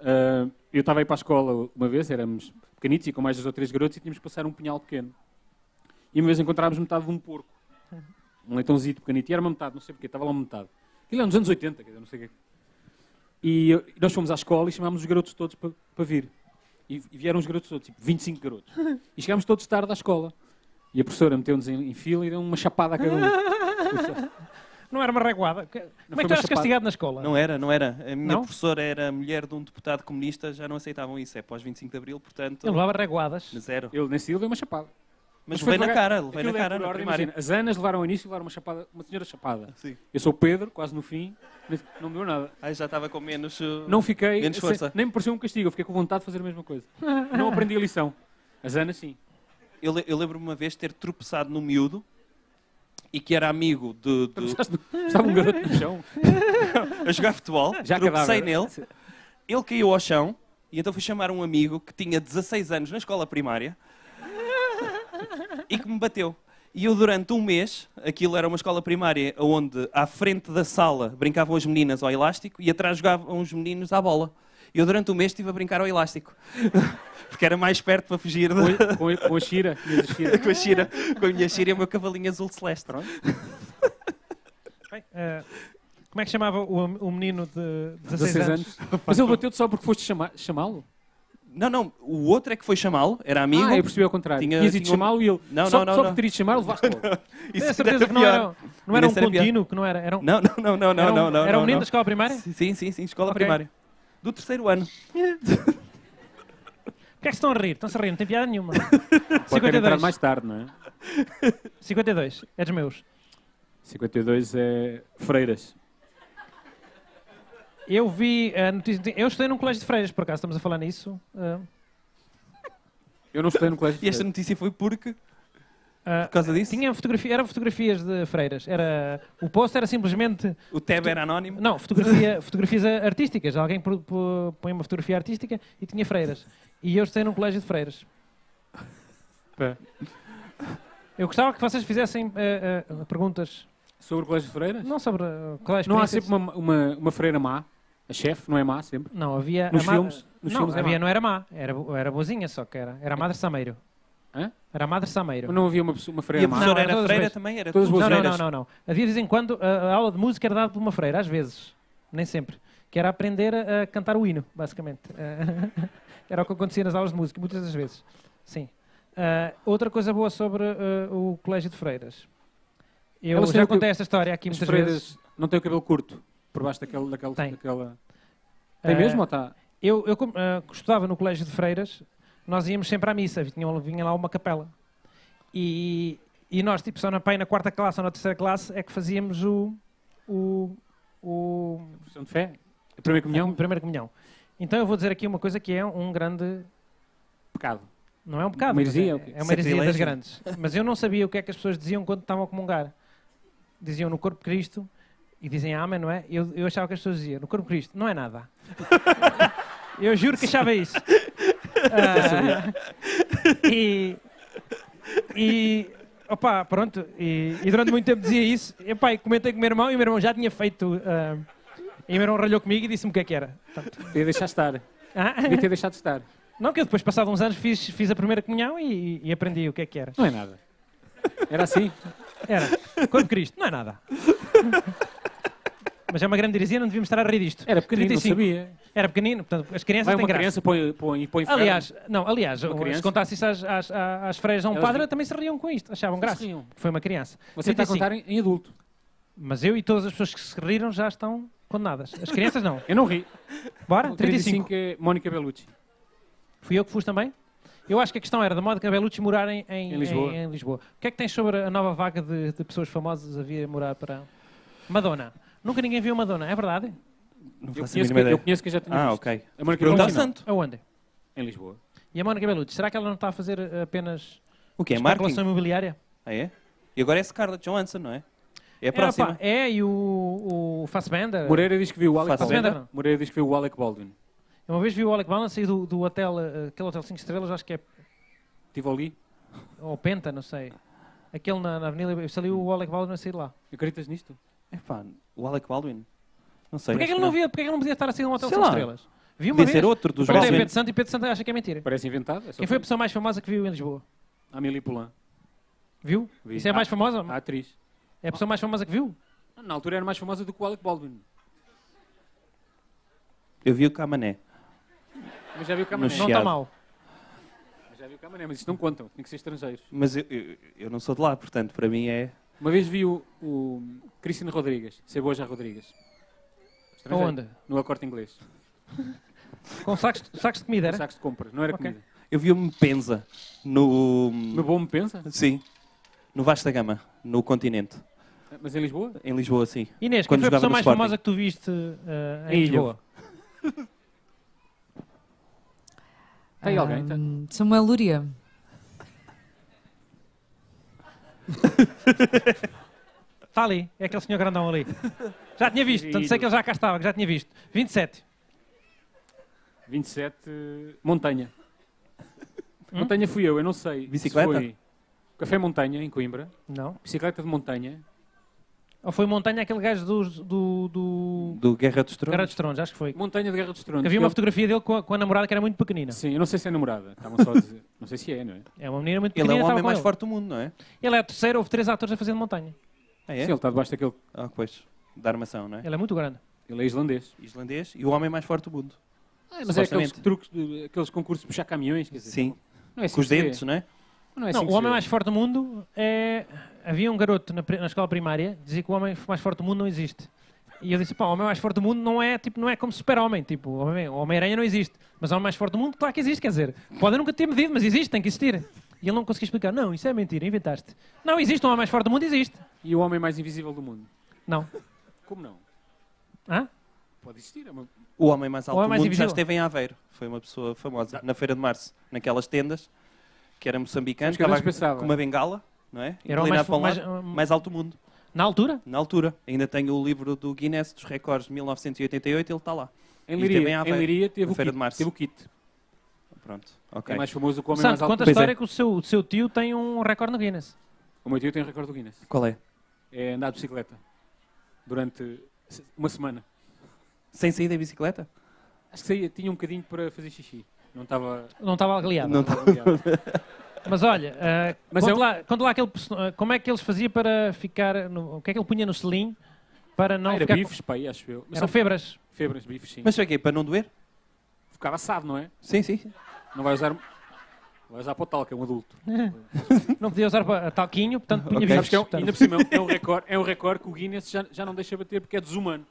B: Ah, eu estava aí para a escola uma vez, éramos pequenitos e com mais dois ou três garotos e tínhamos que passar um punhal pequeno. E uma vez encontrávamos metade de um porco. Um leitãozinho pequenito. E era uma metade, não sei porquê, estava lá uma metade. Aquilo era nos anos 80, quer dizer, não sei o quê. E eu- nós fomos à escola e chamámos os garotos todos para para vir. E, e vieram os garotos todos, tipo 25 garotos. E chegámos todos tarde à escola. E a professora meteu-nos em, em fila e deu uma chapada a cada um.
A: Não era uma reguada. Que- Como é que
B: foi
A: tu
B: uma
A: eras
B: chapada.
A: castigado na escola?
C: Não é. era, não era. A minha
A: Não?
C: professora era a mulher de um deputado comunista, já não aceitavam isso. É pós 25 de Abril, portanto,
A: Ele levava reguadas.
C: zero.
B: Ele nesse dia levei uma chapada.
C: Mas,
B: foi
C: levei na
B: pagar-
C: cara, levei
B: Aquilo
C: na
B: é
C: cara
B: por
C: na
B: ordem,
C: primária.
B: imagina, As Anas levaram ao início e levaram uma chapada, uma senhora chapada.
C: Sim.
B: Eu sou o Pedro, quase no fim, mas não me deu nada.
C: Ah, já estava com menos... uh,
B: Não fiquei,
C: Menos
B: se-
C: força.
B: nem me pareceu um castigo, eu fiquei com vontade de fazer a mesma coisa. Não aprendi a lição. As Anas sim.
C: Eu, le- eu lembro-me uma vez ter tropeçado no miúdo e que era amigo de... de-
B: Tropeçaste no- Estava um garoto no chão.
C: a jogar futebol,
B: Já
C: tropecei
B: cadáver.
C: nele, ele caiu ao chão e então fui chamar um amigo que tinha 16 anos na escola primária e que me bateu. E eu durante um mês, aquilo era uma escola primária onde à frente da sala brincavam as meninas ao elástico e atrás jogavam os meninos à bola. E eu durante um mês estive a brincar ao elástico. Porque era mais perto para fugir
B: Com
C: da,
B: a- Com, a- com a Shira. tinhas a Shira.
C: com a Shira, com a minha Shira e o meu cavalinho azul celeste.
A: Bem, eh, como é que chamava o, am- o menino de 16,
B: 16
A: anos?
B: anos. Mas ele bateu-te só porque foste chama- chamá-lo?
C: Não, não, o outro é que foi chamá-lo, era amigo.
B: Ah, eu percebi ao contrário.
C: Tinha-
B: Tinhas ido
C: tinha um-
B: chamá-lo e ele.
C: Não,
B: só
C: não, não,
B: só
C: não.
B: por ter ido chamá-lo, levaste logo.
C: Isso
A: Tenho
C: ainda
A: certeza que não
C: pior.
A: era, não era um
C: Ainda será pior.
A: contínuo, que não era. Era um,
C: Não, não, não, não, não,
A: era um,
C: não, não.
A: era um menino
C: não.
A: da escola primária? O
C: Sim, sim, sim, escola
A: Ok.
C: primária. Do terceiro ano.
A: que é que se estão a rir? Estão-se a rir, não tem piada nenhuma.
B: Pode ter entrado
A: 52.
B: mais tarde, não é?
A: 52, é dos meus.
B: 52 é Freiras.
A: Eu vi a notícia. Eu estudei num colégio de freiras, por acaso, estamos a falar nisso. Ah,
B: Eu não estudei no colégio.
C: E esta notícia foi porque, por
A: ah,
C: causa disso,
A: tinha fotografia, eram fotografias de freiras. Era, o post era simplesmente.
C: o Teb era anónimo.
A: Não, fotografia, fotografias a- artísticas. Alguém pro- pô- põe uma fotografia artística e tinha freiras. E eu estudei num colégio de freiras.
B: Pá.
A: Eu gostava que vocês fizessem ah, ah, perguntas,
B: Sobre o colégio de Freiras?
A: não sobre ah, qual é a
B: Não há
A: experiência-
B: sempre uma, uma, uma freira má. A chefe não é má sempre.
A: Não, havia.
B: Nos
A: a ma-
B: filmes- nos
A: não,
B: filmes é
A: havia,
B: má.
A: não era má. Era, bo- era boazinha só que era. Era a Madre Sameiro.
B: Hã?
A: Era a Madre Sameiro.
B: Ou não havia uma, pessoa- uma
C: E
B: freira
C: a
B: má?
A: Não,
C: professora
A: era
C: era
A: todas
C: freira
A: boas.
C: também, era
B: Todas
C: todas
A: Não,
B: boas
A: não,
C: freiras.
A: não, não, não. Havia de vez em quando a, a aula de música era dada por uma freira, às vezes. Nem sempre. Que era aprender a, a cantar o hino, basicamente. Eh, era o que acontecia nas aulas de música, muitas das vezes. Sim. Ah, outra coisa boa sobre eh, o Colégio de Freiras. Eu
B: Elas têm
A: já
B: o que-
A: contei esta história aqui
B: Tipo, As
A: muitas
B: freiras
A: vezes.
B: não têm o cabelo curto. Por baixo daquela... daquela,
A: Tem.
B: daquela... Tem
A: Eh,
B: mesmo ou tá? está?
A: Eu, eu como, ah, estudava no colégio de freiras, nós íamos sempre à missa, vinha, vinha lá uma capela. E, e nós, tipo, só na, pai, na quarta classe ou na terceira classe é que fazíamos o, o, o
B: Profissão de fé? A primeira comunhão?
A: a primeira comunhão. Então eu vou dizer aqui uma coisa que é um grande.
B: Pecado.
A: Não é um pecado.
B: Uma heresia,
A: mas
B: ok.
A: é, é uma heresia das
C: Sacrilégio.
A: grandes. Mas eu não sabia o que é que as pessoas diziam quando estavam a comungar. Diziam no corpo de Cristo e dizem Amém, não é? Eu, eu achava que as pessoas diziam no corpo de Cristo, não é nada. eu juro que achava isso. Ah, e. E. Opa, pronto. E, e durante muito tempo dizia isso. E, pá, e comentei com o meu irmão e o meu irmão já tinha feito. ah, e o meu irmão ralhou comigo e disse-me o que é que era. Portanto,
B: Devia deixar estar.
A: ah?
B: Devia ter deixado estar.
A: Não, que eu depois, passado uns anos, fiz, fiz a primeira comunhão e, e aprendi o que é que era.
B: Não é nada. Era assim?
A: Era Corpo de Cristo, não é nada. Mas é uma grande heresia, não devíamos estar a rir disto.
B: Era pequenino, não
A: 35.
B: sabia.
A: Era pequenino, portanto, as crianças
B: Vai
A: têm
B: uma
A: graça.
B: criança põe, põe, põe ferro.
A: Aliás, não, aliás,
B: Uma
A: se
B: criança?
A: contasse isso às, às, às freiras a um
B: Elas
A: padre,
B: riam.
A: também se riam com isto, achavam
B: Se
A: graça.
B: riam.
A: Foi uma criança.
B: Você está a
A: 35.
B: contar em, em adulto.
A: Mas eu e todas as pessoas que se riram já estão condenadas. As crianças não.
B: Eu não ri.
A: Bora,
B: O
A: 35.
B: 35 é Mónica Bellucci.
A: Fui eu que fui também? Eu acho que a questão era da moda que Belucci morar em, em,
B: Em Lisboa.
A: em- em Lisboa. O que é que tens sobre a nova vaga de, de pessoas famosas a vir morar para. Madonna. Nunca ninguém viu Madonna, é verdade?
C: Não
B: Eu
C: faço a
B: conheço,
C: mínima
B: que, eu
C: ideia.
B: conheço que já tinha
C: Ah,
B: visto.
C: ok.
B: A Mónica
C: Pergunta ao
B: Bellucci não.
C: santo.
A: Aonde?
B: Em Lisboa.
A: E a Mónica Bellucci, será que ela não está a fazer eh, apenas
C: O que é?
A: especulação
C: Marketing?
A: imobiliária?
C: Ah, é? E agora é Scarlett Johansson, não é? É a
A: Era, pá,
C: próxima.
A: é, e o, o Fassbender.
B: Moreira diz que viu o Alec
C: Faço
B: Baldwin.
A: venda.
B: Moreira diz que viu o Alec Baldwin.
A: Eu uma vez vi o Alec Baldwin sair do, do hotel, eh, aquele hotel 5 estrelas, acho que é
B: Tivoli.
A: Ou Penta, não sei. Aquele na, na Avenida saiu o Alec Baldwin a sair lá.
B: Acreditas nisto?
C: Epá, o Alec Baldwin? Não
A: é-
C: sei.
A: Porquê é que ele não, via, porquê é que ele não podia estar a sair de um hotel
C: Sei
A: cinco
C: lá.
A: estrelas? Vi uma
C: Podia ser
A: vez.
C: outro dos
A: Perguntei a
C: Baldwin.
A: Pedro Santo e Pedro Santo acha que é mentira.
B: Parece inventado. É só
A: Quem foi a
B: para-
A: pessoa mais famosa que viu em Lisboa?
B: A Amélie Poulain.
A: Viu?
B: Vi.
A: Isso é a
B: Ah,
A: mais famosa?
B: A atriz.
A: É a pessoa mais famosa que viu?
B: Na altura era mais famosa do que o Alec Baldwin.
C: Eu vi o Camané.
B: Mas já viu
C: No
B: Camané.
A: Não está
C: Chiado.
A: mal.
B: Mas já viu Camané, mas isto não contam. Tem que ser estrangeiros.
C: Mas eu, eu, eu não sou de lá, portanto, para mim é...
B: Uma vez vi o, o Cristiano Rodrigues. Ceboja Rodrigues. Estrangeiro.
A: Aonde?
B: No acordo inglês.
A: Com sacos, sacos de comida,
B: Era?
A: era?
B: Sacos de compras. Não era
A: Ok.
B: comida.
C: Eu vi o Mepenza no...
B: Meu bom me pensa.
C: Sim. No Vasta Gama, no continente.
B: Mas em Lisboa?
C: Em Lisboa, sim.
A: Inês, quem
C: Quando
A: foi a
C: jogava
A: pessoa
C: no
A: mais
C: Sporting.
A: famosa que tu viste eh, em
B: Em
A: Lisboa?
B: Tem alguém? Tem.
D: Ahm, Ah, Samuel Luria.
A: Está ali, é aquele senhor grandão ali. Já tinha visto, tanto sei que ele já cá estava, que já tinha visto. 27.
B: 27. eh, Montanha.
A: Hum?
B: Montanha fui eu, eu não sei. se
C: Bicicleta?
B: Foi Café Montanha, em Coimbra.
A: Não.
B: Bicicleta de montanha.
A: Ou foi Montanha aquele gajo dos- do, do,
C: Do Guerra dos Tronos.
A: Guerra dos Tronos, acho que foi.
B: Montanha de Guerra dos Tronos. é
A: Havia uma
B: Ele-
A: fotografia dele com a, com a namorada que era muito pequenina.
B: Sim, eu não sei se é namorada. Estavam só a dizer. não sei se é, não é?
A: É uma menina muito
C: Ele
A: pequenina.
C: é o
A: estava
C: homem
A: com
C: mais
A: ele.
C: forte do mundo, não é?
A: Ele é a terceira, houve três atores a fazer de montanha.
C: Ah, é?
B: Sim, ele está debaixo daquele.
C: Ah, pois. Da armação, não é?
A: Ele é muito grande.
B: Ele é islandês.
C: Islandês e o homem mais forte do mundo.
B: mas é aqueles
C: Supostamente.
B: truques, de- aqueles concursos de puxar caminhões. Quer dizer,
C: Sim.
B: Não é assim
C: Com os
B: que se vê.
C: dentes, não é?
B: Não, é assim
A: não,
B: que
A: o
B: se
A: homem
B: vê.
A: mais forte do mundo é. Havia um garoto na, pri- na escola primária que dizia que o homem mais forte do mundo não existe. E eu disse: pá, o homem mais forte do mundo não é, tipo, não é como super-homem. Tipo, o homem- o Homem-Aranha não existe. Mas o homem mais forte do mundo, claro que existe, quer dizer. Podem nunca ter medido, mas existe, tem que existir. E ele não conseguia explicar: não, isso é mentira, inventaste. Não, existe, o homem mais forte do mundo existe.
B: E o homem mais invisível do mundo.
A: Não.
B: Como não?
A: Hã?
B: Pode existir. é uma-
C: O homem mais alto
A: homem mais
C: do mundo já
A: invisível.
C: esteve em Aveiro. Foi uma pessoa famosa. Na Feira de Março, naquelas tendas, que era moçambicano,
B: Mas que eu não
C: estava
B: pensava.
C: com uma bengala, não é?
A: Era o mais
C: Inclinado para um
A: mais-
C: lado,
A: hum.
C: mais alto do mundo,
A: Na altura?
C: na altura. Ainda tenho o livro do Guinness dos Recordes de 1988, ele está lá.
B: Em
C: E
B: Liria,
C: teve em
B: em
C: Aveiro,
B: Liria teve,
C: na
B: o
C: é Feira
B: kit,
C: de Março.
B: teve o kit.
C: Pronto, ok.
B: É mais famoso que o homem mais
A: Santo,
B: alto.
A: conta a
C: Pois é.
A: história que o seu, o seu tio tem um recorde no Guinness.
B: O meu tio tem o recorde do Guinness.
C: Qual é?
B: É andar de bicicleta. Durante se- uma semana.
C: Sem sair da bicicleta?
B: Acho que saía, tinha um bocadinho para fazer xixi. Não estava...
A: Não estava aliado.
C: Não
B: estava ligado.
A: Mas olha, ah,
B: Mas é um
A: conta,
B: eu-
A: lá, conta lá aquele, perso- ah, como é que eles faziam para ficar. No, o que é que ele punha no selim para não
B: Ah, era
A: ficar. com-
B: bifes, pai, acho eu. Mas
A: Eram
B: são
A: febras.
B: febras, bifes, sim.
C: Mas foi o quê? Para não doer?
B: Ficava assado, não é?
C: Sim, sim.
B: Não vai usar... Vai usar para o tal, que é um adulto.
A: Não podia usar pa- talquinho, portanto punha
C: Ok.
A: bifes.
B: Sabes que é um,
A: portanto.
B: ainda por cima, é um recorde, é um recorde que o Guinness já, já não deixa bater porque é desumano.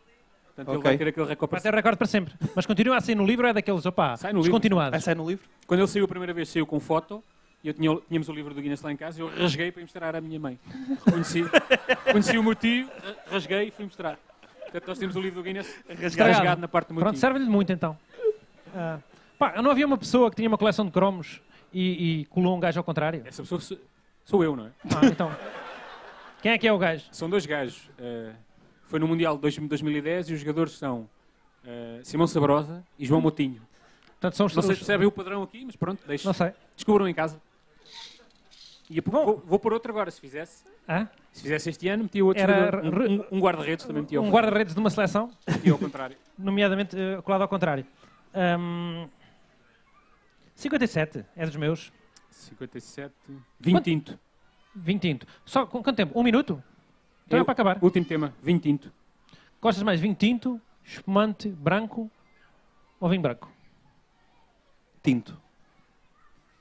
B: Portanto, ele
C: Ok.
B: vai ter aquele recorde.
A: Vai
B: para
A: ter recorde para sempre. Mas continua a ser no livro, é daqueles, opá,
B: Sai no livro.
A: descontinuado.
C: Vai sair no livro?
B: Quando ele saiu a primeira vez, saiu com foto. E eu tinha, o- tínhamos o livro do Guinness lá em casa. e Eu rasguei para mostrar à minha mãe. Conheci, conheci o meu tio, ra- rasguei e fui mostrar. Portanto, nós temos o livro do Guinness
A: Rasgado.
B: rasgado, na parte do meu
A: Pronto,
B: tio.
A: serve-lhe de muito então. Ah, pá, não havia uma pessoa que tinha uma coleção de cromos e, e colou um gajo ao contrário?
B: Essa pessoa sou, sou eu, não é?
A: Ah, então. Quem é que é o gajo?
B: São dois gajos. eh, foi no Mundial de dois- 2010 e os jogadores são eh, Simão Sabrosa e João Moutinho.
A: Portanto, são os
B: Não sei se é-
A: os-
B: percebem o padrão aqui, mas pronto, deixem.
A: Não sei.
B: Descubram em casa. E vou, vou, vou pôr outro agora, se fizesse.
A: Hã?
B: Se fizesse este ano, metia outro.
A: Era
B: jogador.
A: re-
B: um, um- um guarda-redes também metia ao,
A: Um guarda-redes de uma seleção?
B: metia ao contrário.
A: nomeadamente eh, colado ao contrário. Ahm, 57, é dos meus.
B: 57. Vinho tinto.
A: Vinho tinto. Só com quanto tempo? Um minuto? Então é
B: Eu-
A: para acabar.
B: Último tema, vinho tinto.
A: Gostas mais vinho tinto, espumante, branco ou vinho branco?
C: Tinto.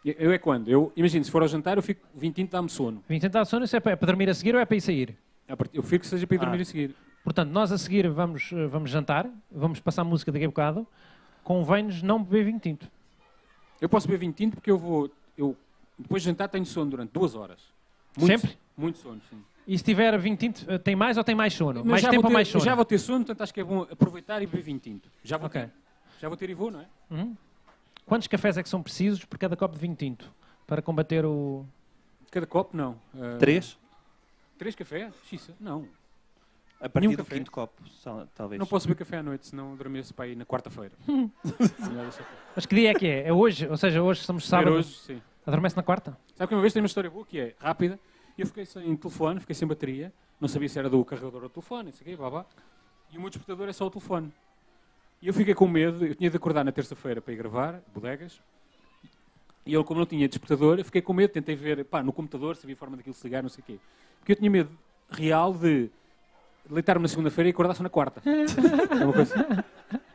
B: Eu- Eu é quando? Eu, imagino, se for ao jantar, eu fico. Vinho tinto dá-me sono.
A: Vinho tinto dá sono, isso é para, é para dormir a seguir ou é para ir sair?
B: A part- Eu fico que seja para ir dormir
C: Ah.
B: a seguir.
A: Portanto, nós a seguir vamos, eh, vamos jantar, vamos passar música daqui a bocado. Convém-nos não beber vinho tinto.
B: Eu posso beber vinho tinto porque eu vou. Eu, depois de jantar, tenho sono durante duas horas. Muito-
A: Sempre?
B: Muito sono, sim.
A: E se tiver vinho tinto, eh, tem mais ou tem mais sono?
B: Mas
A: mais
B: já
A: tempo
B: vou
A: ou
B: ter-
A: mais sono?
B: Já vou ter sono, portanto acho que é bom aproveitar e beber vinho tinto. Já vou,
A: Ok.
B: ter, já vou ter e vou, não é?
A: Hum? Quantos cafés é que são precisos por cada copo de vinho tinto? Para combater o,
B: Cada copo, não. Ah,
C: Três?
B: Três cafés? Xiça? Não.
C: A partir do
B: café.
C: quinto copo, só- talvez.
B: Não posso beber café à noite, senão adormeço para aí na quarta-feira. Melhor deixar-
A: Mas que dia é que é? É hoje? Ou seja, hoje estamos sábado.
B: Hoje, sim.
A: Adormece na quarta?
B: Sabe que uma vez tem uma história boa que é rápida. Eu fiquei sem telefone, fiquei sem bateria, não sabia se era do carregador ou do telefone, não sei o quê, blá, blá. E o meu despertador é só o telefone. E eu fiquei com medo, eu tinha de acordar na terça-feira para ir gravar, bodegas. E eu, como não tinha despertador, eu fiquei com medo, tentei ver pá, no computador se havia forma daquilo se ligar, não sei o quê. Porque eu tinha medo real de deitar-me na segunda-feira e acordar só na quarta. é uma coisa.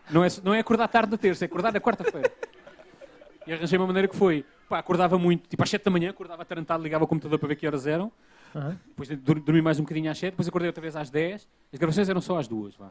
B: Não é, não é acordar tarde na terça, é acordar na quarta-feira. E arranjei uma maneira que foi, pá, acordava muito, tipo às 7 da manhã, acordava atarantado, ligava o computador para ver que horas eram,
A: Aham.
B: depois dur- dormi mais um bocadinho às 7, depois acordei outra vez às 10, as gravações eram só às 2, vá.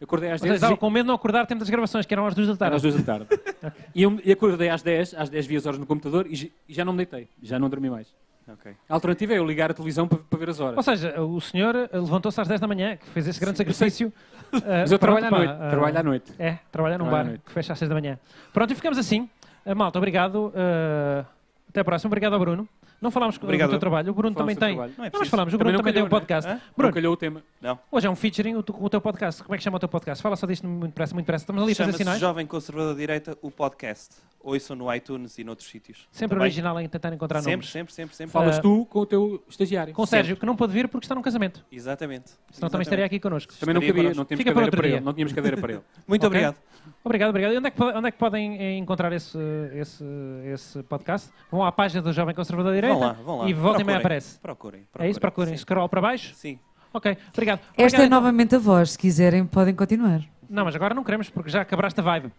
B: Eu acordei às
A: Ou seja,
B: 10,
A: estava com medo de não acordar tempo das gravações, que eram às duas da
B: era às
A: tarde.
B: 2 da tarde. Tá. e eu e acordei às 10, às 10 vi as horas no computador e, j- e já não me deitei, já não dormi mais.
C: Ok.
B: A alternativa é eu ligar a televisão para, para ver as
A: Ou
B: horas.
A: seja, o senhor eh, levantou-se às 10 da manhã, que fez esse grande sacrifício. eh,
B: Mas eu trabalho à
A: pronto, pá,
B: noite,
A: eh,
B: trabalho à noite.
A: É, trabalha num
B: Trabalho à
A: bar
B: noite.
A: que fecha às 6 da manhã. Pronto, e ficamos assim. Eh, Malta, obrigado. eh, até a próxima. Obrigado ao Bruno. Não falámos co-
C: Obrigado.
A: do teu trabalho. O Bruno
B: Falamos
A: também
B: do
A: tem.
B: trabalho.
C: Não é
A: Não, mas
C: preciso.
A: falamos, o
B: Também
A: Bruno
B: não
A: também tem um
B: calhou, né?
A: podcast.
C: Hã?
B: Bruno.
A: Bruno,
B: Não calhou o tema.
A: hoje é um featuring o tu- com o teu podcast. Como é que chama o teu podcast? Fala só disto muito pressa, muito pressa. Estamos ali a fazer
C: Chama-se
A: sinais.
C: Jovem Conservador de Direita, o podcast. Ouçam no iTunes e noutros sítios.
A: Sempre
C: Tá bem?
A: original em tentar encontrar
C: Sempre,
A: nomes.
C: sempre, sempre, sempre.
B: Falas
A: Ah,
B: tu com o teu estagiário.
A: Com o Sérgio, que não pôde vir porque está num casamento.
C: Exatamente.
A: Senão também
C: Exatamente.
A: estaria aqui connosco.
B: Também não
C: Estaria
B: cabia,
C: connosco.
B: não tínhamos
A: Fica para
B: cadeira
A: outro
B: para
A: dia.
B: ele. Não tínhamos cadeira para ele.
A: Ok.
C: Muito obrigado.
A: Obrigado, obrigado. E onde é que, po- onde é que podem eh, encontrar esse, esse, esse podcast? Vão à página do Jovem Conservador da Direita
C: Vão lá, vão lá.
A: e volta e meia
C: Procurem,
A: aparece.
C: Procurem,
A: É isso, procurem. Scroll para baixo.
C: Sim. Sim.
A: Ok, obrigado.
D: Esta é
A: Obrigado.
D: novamente a voz, se quiserem podem continuar.
A: Não, mas agora não queremos, porque já acabaste a vibe.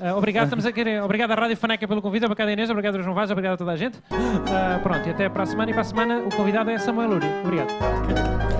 A: Ah, obrigado, estamos a querer. Obrigado à Rádio Faneca pelo convite, obrigado à Inês, obrigado ao João Vaz, Eh, obrigado a toda a gente. Ah, pronto, e até para a semana. E para a semana o convidado é Samuel Luri. Obrigado.